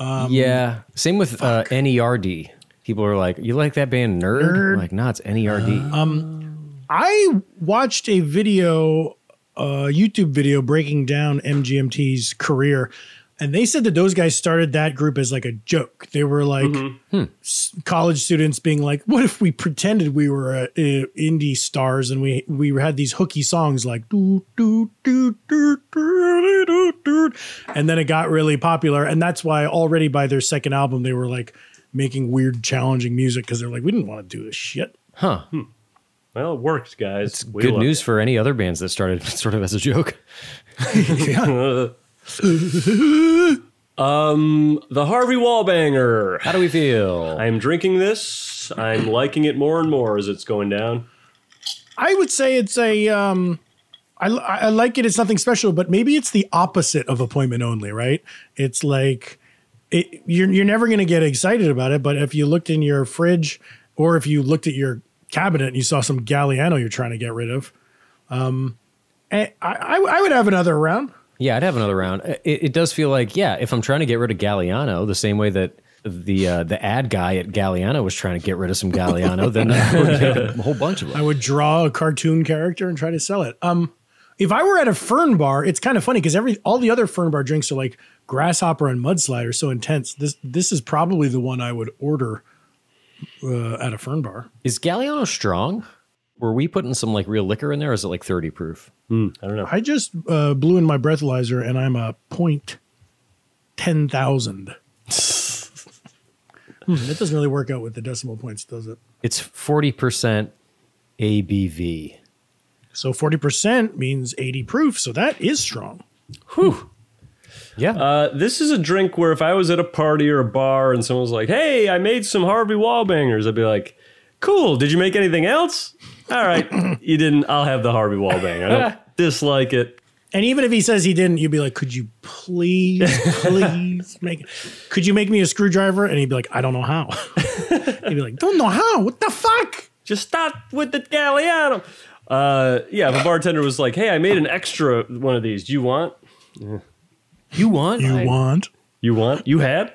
yeah. Same with uh, NERD. People are like, you like that band Nerd? Nerd. I'm like, nah, it's E NERD. I watched a video, a YouTube video breaking down MGMT's career, and they said that those guys started that group as like a joke. They were like s- college students being like, "What if we pretended we were uh, uh, indie stars and we we had these hooky songs like do do do do do do do," and then it got really popular, and that's why already by their second album they were like making weird, challenging music because they're like, "We didn't want to do this shit." huh. Well, it worked, guys. It's Good news for any other bands that started sort of as a joke. The Harvey Wallbanger. How do we feel? I'm drinking this. I'm liking it more and more as it's going down. I would say it's a. Um, I, I like it. It's nothing special, but maybe it's the opposite of appointment only, right? It's like it, you're you're never going to get excited about it. But if you looked in your fridge, or if you looked at your cabinet and you saw some Galliano you're trying to get rid of, um, eh, I, I I would have another round. Yeah, I'd have another round. It, it does feel like, yeah, if I'm trying to get rid of Galliano, the same way that the uh, the ad guy at Galliano was trying to get rid of some Galliano, then I would get a whole bunch of I them. would draw a cartoon character and try to sell it. Um, if I were at a fern bar, it's kind of funny because every all the other fern bar drinks are like grasshopper and mudslide are so intense. This this is probably the one I would order uh, at a fern bar. Is Galliano strong? Were we putting some like real liquor in there? Or is it like 30 proof? I don't know. I just uh, blew in my breathalyzer and I'm a point ten thousand. hmm, that doesn't really work out with the decimal points, does it? It's 40% ABV. So forty percent means eighty proof, so that is strong. Yeah. Uh, this is a drink where if I was at a party or a bar and someone was like, "Hey, I made some Harvey Wallbangers," I'd be like, "Cool. Did you make anything else? All right, you didn't. I'll have the Harvey Wallbanger. I don't dislike it. And even if he says he didn't, you'd be like, "Could you please, please make? Could you make me a screwdriver?" And he'd be like, "I don't know how." he'd be like, "Don't know how? What the fuck?" Just stop with the Galliano." Uh, yeah, if a bartender was like, "Hey, I made an extra one of these. Do you want? you want? You I- want? You want? You had?"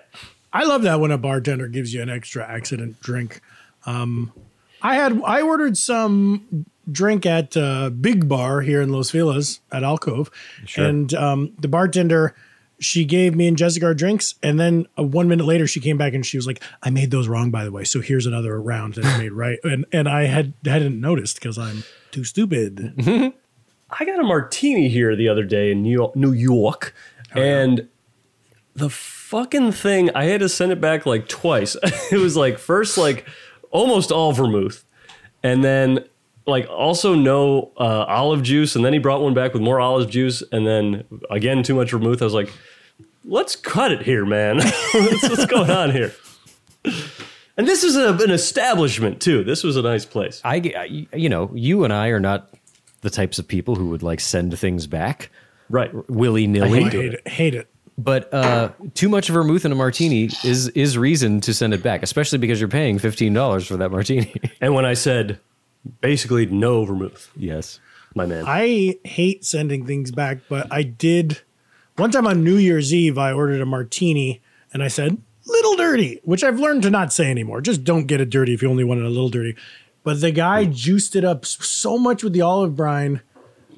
I love that when a bartender gives you an extra accident drink. Um, I had I ordered some drink at uh, Big Bar here in Los Feliz at Alcove, and um, the bartender. She gave me and Jessica our drinks, and then uh, one minute later, she came back and she was like, "I made those wrong, by the way. So here's another round that I made right." And and I had hadn't noticed because I'm too stupid. I got a martini here the other day in New York, New York and the fucking thing, I had to send it back like twice. it was like first like almost all vermouth, and then like also no uh, olive juice, and then he brought one back with more olive juice, and then again too much vermouth. I was like, let's cut it here, man. What's what's going on here? And this is a, an establishment too. This was a nice place. I, get- I- you know, you and I are not the types of people who would like send things back Right. willy I nilly. hate it. Hate it. But uh, too much vermouth in a martini is is reason to send it back, especially because you're paying fifteen dollars for that martini. And when I said basically no vermouth, yes. my man. I hate sending things back, but I did one time on New Year's Eve. I ordered a martini and I said little dirty, which I've learned to not say anymore. Just don't get it dirty if you only want it a little dirty. But the guy juiced it up s- so much with the olive brine,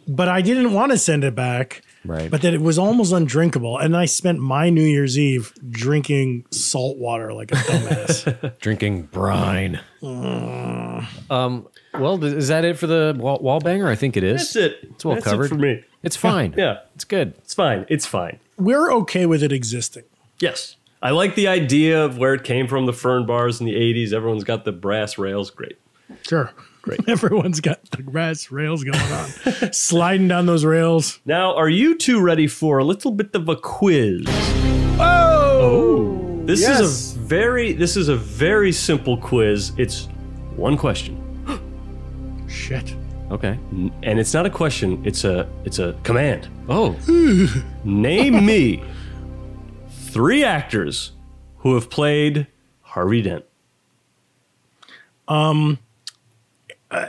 but I didn't want to send it back. Right. But that it was almost undrinkable. And I spent my New Year's Eve drinking salt water like a dumbass. Drinking brine. Mm. um. Well, th- is that it for the wall, wall banger? I think it is. That's it. It's well That's it covered for me. It's fine. Yeah. It's good. It's fine. It's fine. We're okay with it existing. Yes. I like the idea of where it came from the fern bars in the 80s. Everyone's got the brass rails. Great. Sure. Great. Everyone's got the grass rails going on, sliding down those rails. Now, are you two ready for a little bit of a quiz? Oh! This yes. is a very this is a very simple quiz. It's one question. Shit. Okay. And it's not a question, it's a it's a command. Oh, Name me three actors who have played Harvey Dent.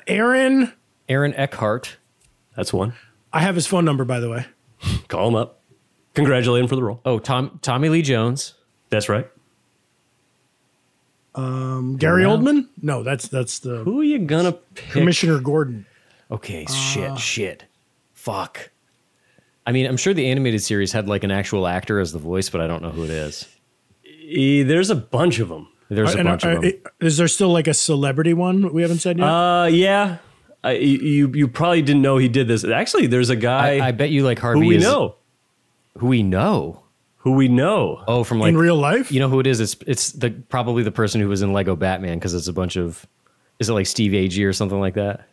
Aaron, Aaron Eckhart. That's one. I have his phone number, by the way. Call him up. Congratulate him for the role. Oh, Tom Tommy Lee Jones. That's right. Gary Oldman? No, that's that's the Who are you gonna pick? Commissioner Gordon. Okay, shit, shit. Fuck. I mean, I'm sure the animated series had like an actual actor as the voice, but I don't know who it is. Eh, There's a bunch of them. There's a And bunch are- of them. i- Is there still like a celebrity one we haven't said yet? Uh, yeah. I, you you probably didn't know he did this. Actually, there's a guy I, I bet you like who Harvey we is- know, Who we know. who we know. Oh, from like in real life? you know who it is? It's it's the probably the person who was in Lego Batman because it's a bunch of is it like Steve Agee or something like that?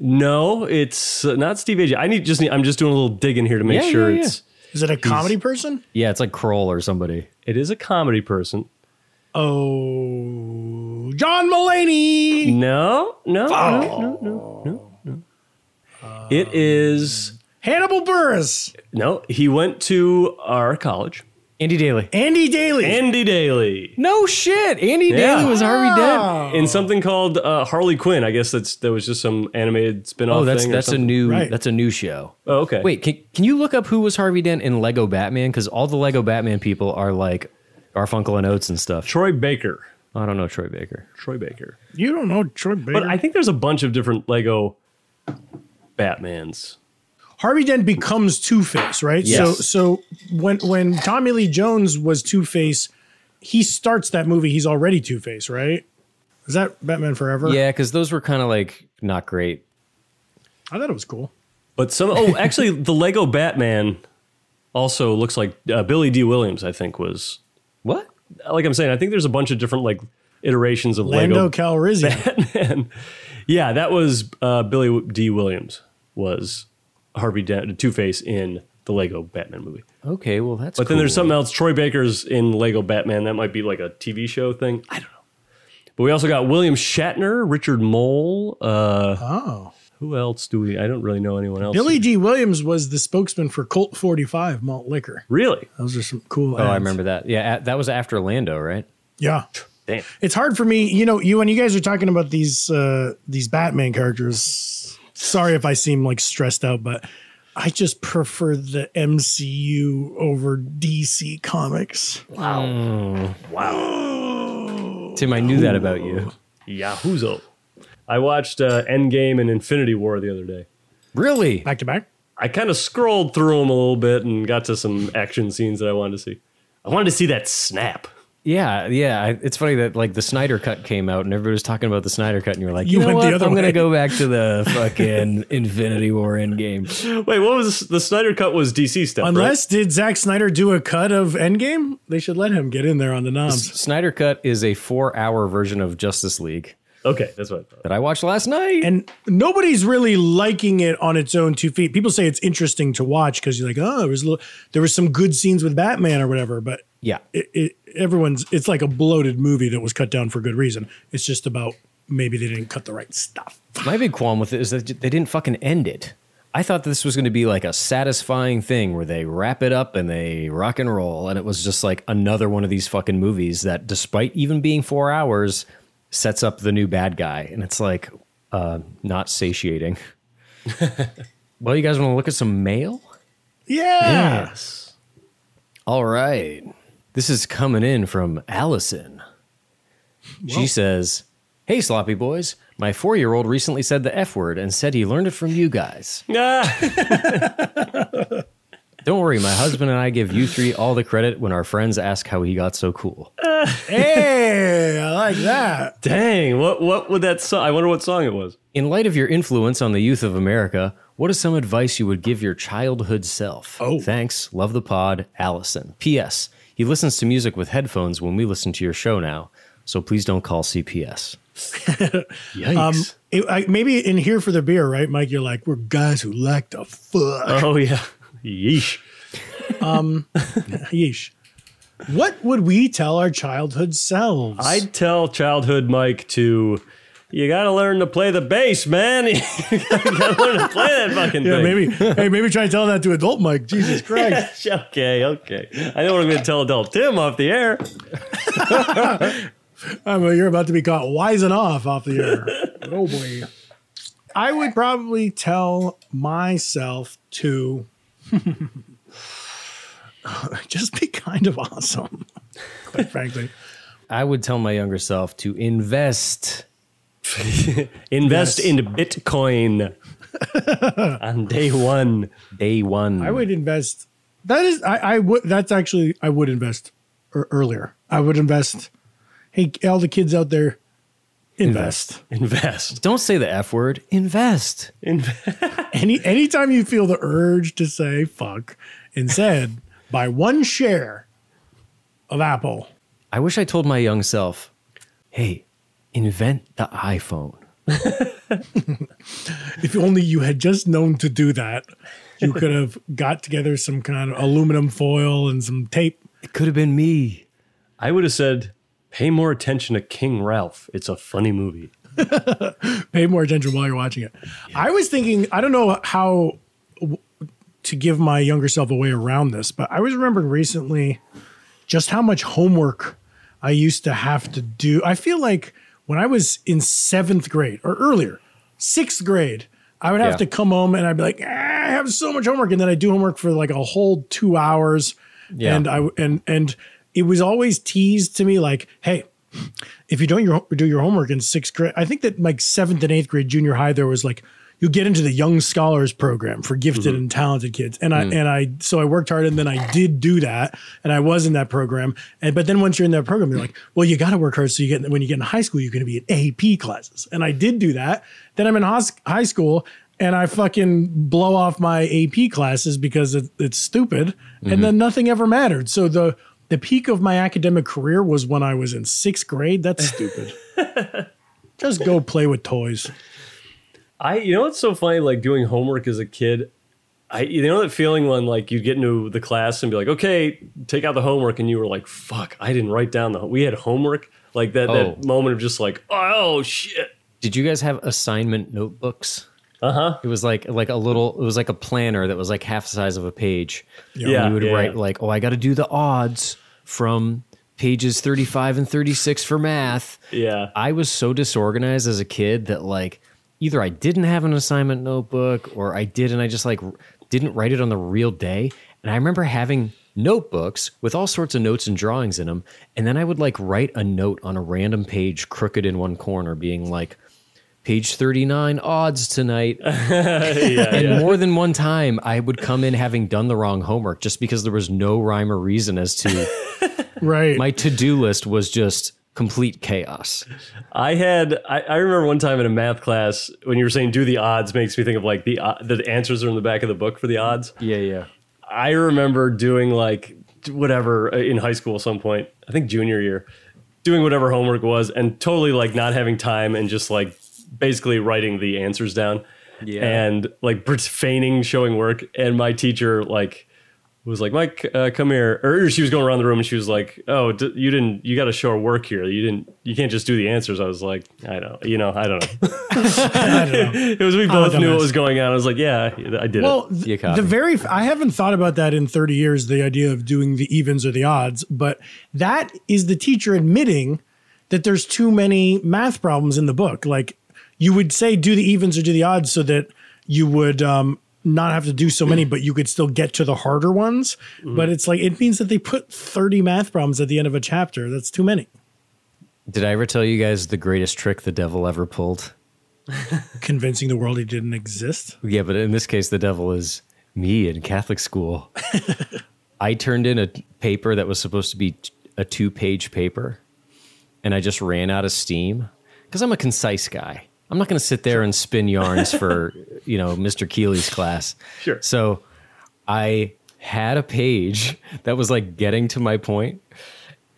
No, it's uh, not Steve Agee. I need just need, I'm just doing a little digging here to make Yeah, sure yeah, yeah. it's is it a comedy person? Yeah, it's like Kroll or somebody. it is a comedy person. Oh, John Mulaney. No, no, no, no, no, no, no. It is Hannibal Burris. no. He went to our college. Andy Daly. Andy Daly. Andy Daly No shit. Andy Yeah. Daly was Harvey Dent. in something called uh, Harley Quinn. I guess that's that was just some animated spin-off Oh, that's thing or that's a something. new Right. that's a new show. Oh, okay. Wait, can, can you look up who was Harvey Dent in Lego Batman? Because all the Lego Batman people are like Garfunkel and Oates and stuff. Troy Baker. I don't know Troy Baker. Troy Baker. you don't know Troy Baker. But I think there's a bunch of different Lego Batmans. Harvey Dent becomes Two Face, right? Yes. So so when when Tommy Lee Jones was Two Face, he starts that movie. He's already Two Face, right? Is that Batman Forever? Yeah, because those were kind of like not great. I thought it was cool. But some oh, actually the Lego Batman also looks like uh, Billy D Williams I think was What? like I'm saying I think there's a bunch of different like iterations of Lando Lego Calrissian. Batman. yeah, that was uh, Billy D Williams was Harvey Dent Two-Face in the Lego Batman movie. Okay, well that's. But then there's cool. something else. Troy Baker's in Lego Batman. That might be like a TV show thing. I don't know. But we also got William Shatner, Richard Mole. Uh, Oh. who else do we? I don't really know anyone else. Billy D. Williams was the spokesman for Colt 45 malt liquor. Really? Those are some cool. Oh, I remember that. Yeah, a- that was after Lando, right? Yeah. Damn. It's hard for me, you know, you when you guys are talking about these uh these Batman characters. Sorry if I seem like stressed out, but I just prefer the MCU over DC comics. Tim, I knew that about you. Yahoozo. I watched uh, Endgame and Infinity War the other day. Really? Back to back. I kind of scrolled through them a little bit and got to some action scenes that I wanted to see. I wanted to see that snap. Yeah, yeah. I- It's funny that like the Snyder Cut came out and everybody was talking about the Snyder Cut, and you were like, You you, know went the what? other I'm way." gonna go back to the fucking Infinity War Endgame. Wait, what was the Snyder cut? Was DC stuff? right? Unless did Zack Snyder do a cut of Endgame? They should let him get in there on the knobs. Snyder Cut is a four-hour version of Justice League okay, that's what I thought. that I watched last night. And nobody's really liking it on its own two feet. People say it's interesting to watch because you're like, oh, there was a little, there was some good scenes with Batman or whatever, but yeah, it, it, everyone's it's like a bloated movie that was cut down for good reason. It's just about maybe they didn't cut the right stuff. my big qualm with it is that they didn't fucking end it. I thought this was going to be like a satisfying thing where they wrap it up and they rock and roll, and it was just like another one of these fucking movies that, despite even being four hours, sets up the new bad guy, and it's like uh, not satiating. well, you guys want to look at some mail? Yeah. Yes. All right. This is coming in from Allison. She says, Hey, sloppy boys. My four year old recently said the F word and said he learned it from you guys. Ah, Don't worry, my husband and I give you three all the credit when our friends ask how he got so cool. hey, I like that. dang! What what would that song? I wonder what song it was. In light of your influence on the youth of America, what is some advice you would give your childhood self? Oh. Thanks. Love the pod, Allison. P.S. He listens to music with headphones when we listen to your show now, so please don't call CPS. Yikes! It- I, maybe in here for the beer, right, Mike? You're like, we're guys who like the fuck. Um, oh yeah. Yeesh. Yeesh. What would we tell our childhood selves? I'd tell childhood Mike to. You gotta learn to play the bass, man. you gotta learn to play that fucking yeah, thing. maybe. hey, maybe try to tell that to adult Mike. Jesus Christ. okay, okay. I know what I'm gonna tell adult Tim off the air. I mean, Oh, you're about to be caught wising off off the air. oh boy. I would probably tell myself to just be kind of awesome. Quite frankly, I would tell my younger self to invest. Invest Yes. in Bitcoin on day one. Day one. I would invest. That is, I, I would. That's actually, I would invest ear- earlier. I would invest. Hey, all the kids out there, invest. Invest. Don't say the F word. Invest. Any anytime you feel the urge to say fuck, instead buy one share of Apple. I wish I told my young self, hey, invent the iPhone. If only you had just known to do that, you could have got together some kind of aluminum foil and some tape. It could have been me. I would have said, pay more attention to King Ralph. It's a funny movie. Pay more attention while you're watching it. I was thinking, I don't know how w- to give my younger self a way around this, but I was remembering recently just how much homework I used to have to do. I feel like when I was in seventh grade or earlier, sixth grade, I would have Yeah. to come home and I'd be like, "Ah, I have so much homework, and then I do homework for like a whole two hours, Yeah. and I and and it was always teased to me like, hey. If you don't your, do your homework in sixth grade, I think that like seventh and eighth grade, junior high, there was like you get into the Young Scholars program for gifted and talented kids, and I and I so I worked hard, and then I did do that, and I was in that program, and but then once you're in that program, you're like, well, you got to work hard, so you get when you get in high school, you're going to be in AP classes, and I did do that. Then I'm in hos- high school, and I fucking blow off my AP classes because it, it's stupid, and then nothing ever mattered. So the the peak of my academic career was when I was in sixth grade. That's stupid. Just go play with toys. I you know what's so funny, like doing homework as a kid. I you know that feeling when like you'd get into the class and be like, okay, take out the homework, and you were like, fuck, I didn't write down the ho-. we had homework. Like that Oh. that moment of just like, oh shit. Did you guys have assignment notebooks? Uh-huh. It was like like a little it was like a planner that was like half the size of a page. Yeah, And you would yeah, write yeah. like, oh, I gotta do the odds from pages 35 and 36 for math. Yeah. I was so disorganized as a kid that like either I didn't have an assignment notebook or I did and I just like r- didn't write it on the real day. And I remember having notebooks with all sorts of notes and drawings in them. And then I would like write a note on a random page crooked in one corner being like page 39 odds tonight. and more than one time I would come in having done the wrong homework just because there was no rhyme or reason as to right. My to do list was just complete chaos. I had I, I remember one time in a math class when you were saying do the odds makes me think of like the uh, the answers are in the back of the book for the odds. Yeah, yeah. I remember doing like whatever uh, in high school at some point, I think junior year, doing whatever homework was and totally like not having time and just like basically writing the answers down. Yeah. And like pr- feigning showing work. And my teacher like was like, Mike, uh, come here. Or she was going around the room and she was like, Oh, d- you didn't, you got to show work here. You didn't, you can't just do the answers. I was like, I don't, you know, I don't know. I don't know. it was, we both knew dumbass. what was going on. I was like, Yeah, I did Well, it. th- You copy. the very f- I haven't thought about that in 30 years the idea of doing the evens or the odds, but that is the teacher admitting that there's too many math problems in the book. Like you would say do the evens or do the odds so that you would um not have to do so many, but you could still get to the harder ones. But it's like it means that they put 30 math problems at the end of a chapter. That's too many. Did I ever tell you guys the greatest trick the devil ever pulled? Convincing the world he didn't exist. Yeah, but in this case, the devil is me in Catholic school. I turned in a paper that was supposed to be t- a two page paper, and I just ran out of steam because I'm a concise guy. I'm not going to sit there and spin yarns for, you know, Mr. Keeley's class. Sure. So I had a page that was like getting to my point,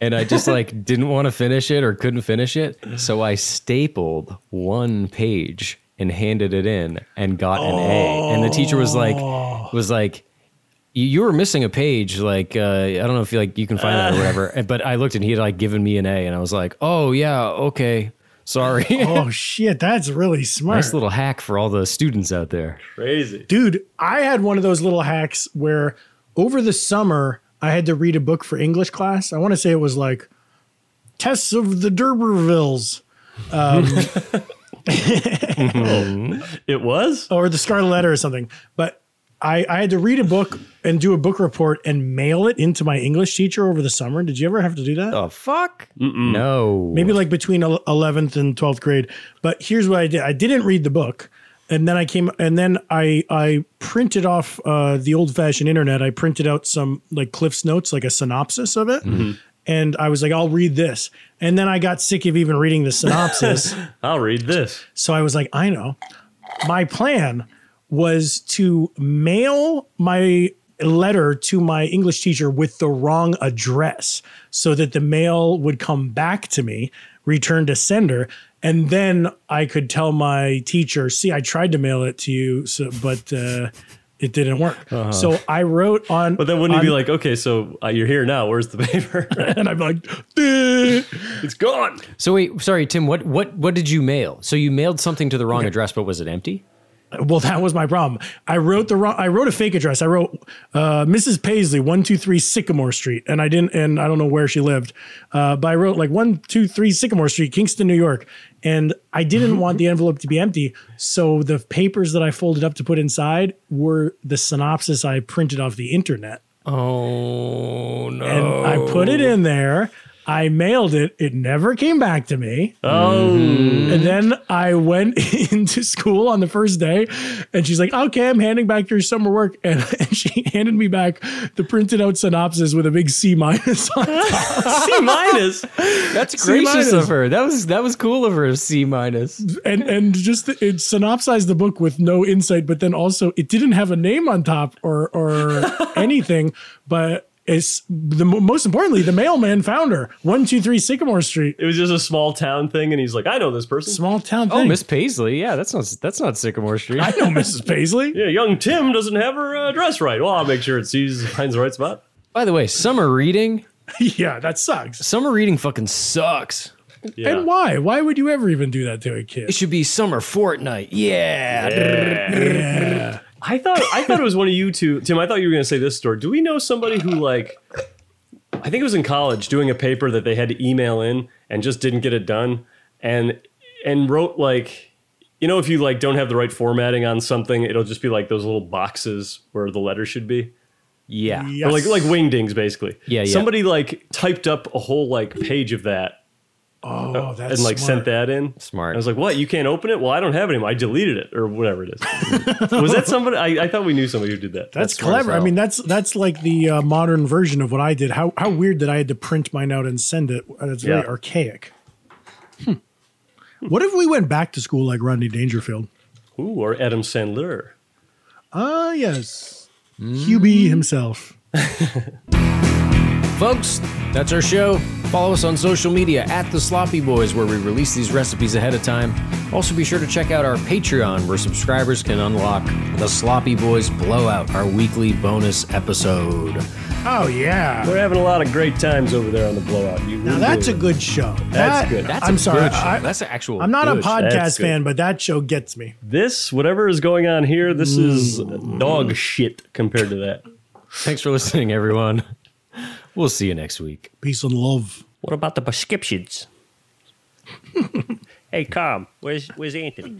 and I just like didn't want to finish it or couldn't finish it. So I stapled one page and handed it in and got an A. And the teacher was like, was like, you, you were missing a page. Like, uh, I don't know if you like you can find that or whatever. And- But I looked and he had like given me an A, and I was like, oh yeah, okay, sorry. Oh shit, that's really smart. nice little hack for all the students out there. Crazy. dude i had one of those little hacks where over the summer i had to read a book for english class i want to say it was like tests of the d'urbervilles It was? or the scarlet letter or something but I, I had to read a book and do a book report and mail it into my english teacher over the summer did you ever have to do that The fuck? No. maybe like between el- 11th and 12th grade but here's what i did i didn't read the book and then i came and then i i printed off uh, the old fashioned internet i printed out some like cliff's notes like a synopsis of it and i was like i'll read this and then i got sick of even reading the synopsis I'll read this. so I was like, I know. My plan was to mail my letter to my English teacher with the wrong address so that the mail would come back to me, return to sender. And then I could tell my teacher, see, I tried to mail it to you, so, but uh, it didn't work. So I wrote on. Uh-huh. But then wouldn't on, you be like, okay, so uh, you're here now. Where's the paper? and I'm like, "Duh." it's gone. So wait, sorry, Tim. What what what did you mail? So you mailed something to the wrong address, but was it empty? Well, that was my problem. I wrote the wrong. I wrote a fake address. I wrote uh, Mrs. Paisley, one two three Sycamore Street, and I didn't. And I don't know where she lived, uh, but I wrote like one two three Sycamore Street, Kingston, New York. And I Mm-hmm. didn't want the envelope to be empty, so the papers that I folded up to put inside were the synopsis I printed off the internet, Oh no! and I put it in there. I mailed it. It never came back to me. And then I went into school on the first day, and she's like, "Okay, I'm handing back your summer work," and, and she handed me back the printed out synopsis with a big C minus on it. C minus. That's minus. gracious of her. That was that was cool of her. C minus. and and just the, it synopsized the book with no insight, but then also it didn't have a name on top or or anything, but. It's the mo- most importantly, the mailman found her one two three Sycamore Street, It was just a small town thing, and he's like, I know this person. small town. Oh, thing. Miss Paisley. Yeah, that's not that's not Sycamore Street. I know Mrs. Paisley. yeah, young Tim doesn't have her uh, dress right. Well, I'll make sure it sees finds the right spot. By the way, summer reading. yeah, that sucks. Summer reading fucking sucks. Yeah. And why? Why would you ever even do that to a kid? It should be summer fortnight. Yeah. I thought I thought it was one of you two, Tim. I thought you were going to say this story. Do we know somebody who like? I think it was in college doing a paper that they had to email in and just didn't get it done, and and wrote like, you know, if you like don't have the right formatting on something, it'll just be like those little boxes where the letter should be. Yeah. Yes. Or like like wingdings basically. Yeah, yeah. Somebody like typed up a whole like page of that Oh, that's and like smart. sent that in. Smart. I was like, "What? You can't open it? Well, I don't have it anymore. I deleted it or whatever it is." was that somebody? I, I thought we knew somebody who did that. That's, That's smart as clever. I hell. mean, that's that's like the uh, modern version of what I did. How how weird that I had to print mine out and send it. Uh, It's very Yeah. archaic. Hmm. What if we went back to school like Rodney Dangerfield? Ooh, or Adam Sandler. Ah, yes, Hubie himself. Folks, that's our show. Follow us on social media at The Sloppy Boys, where we release these recipes ahead of time. Also, be sure to check out our Patreon, where subscribers can unlock The Sloppy Boys Blowout, our weekly bonus episode. Oh yeah. We're having a lot of great times over there on the blowout. You Now really that's a do. good show. That's good. That's I'm a sorry. good show. I, that's an actual. I'm not a good show. podcast That's good. fan, but that show gets me. This whatever is going on here. This is Mm. dog shit compared to that. Thanks for listening, everyone. We'll see you next week. Peace and love. What about the prescriptions? hey, Tom, where's where's Anthony?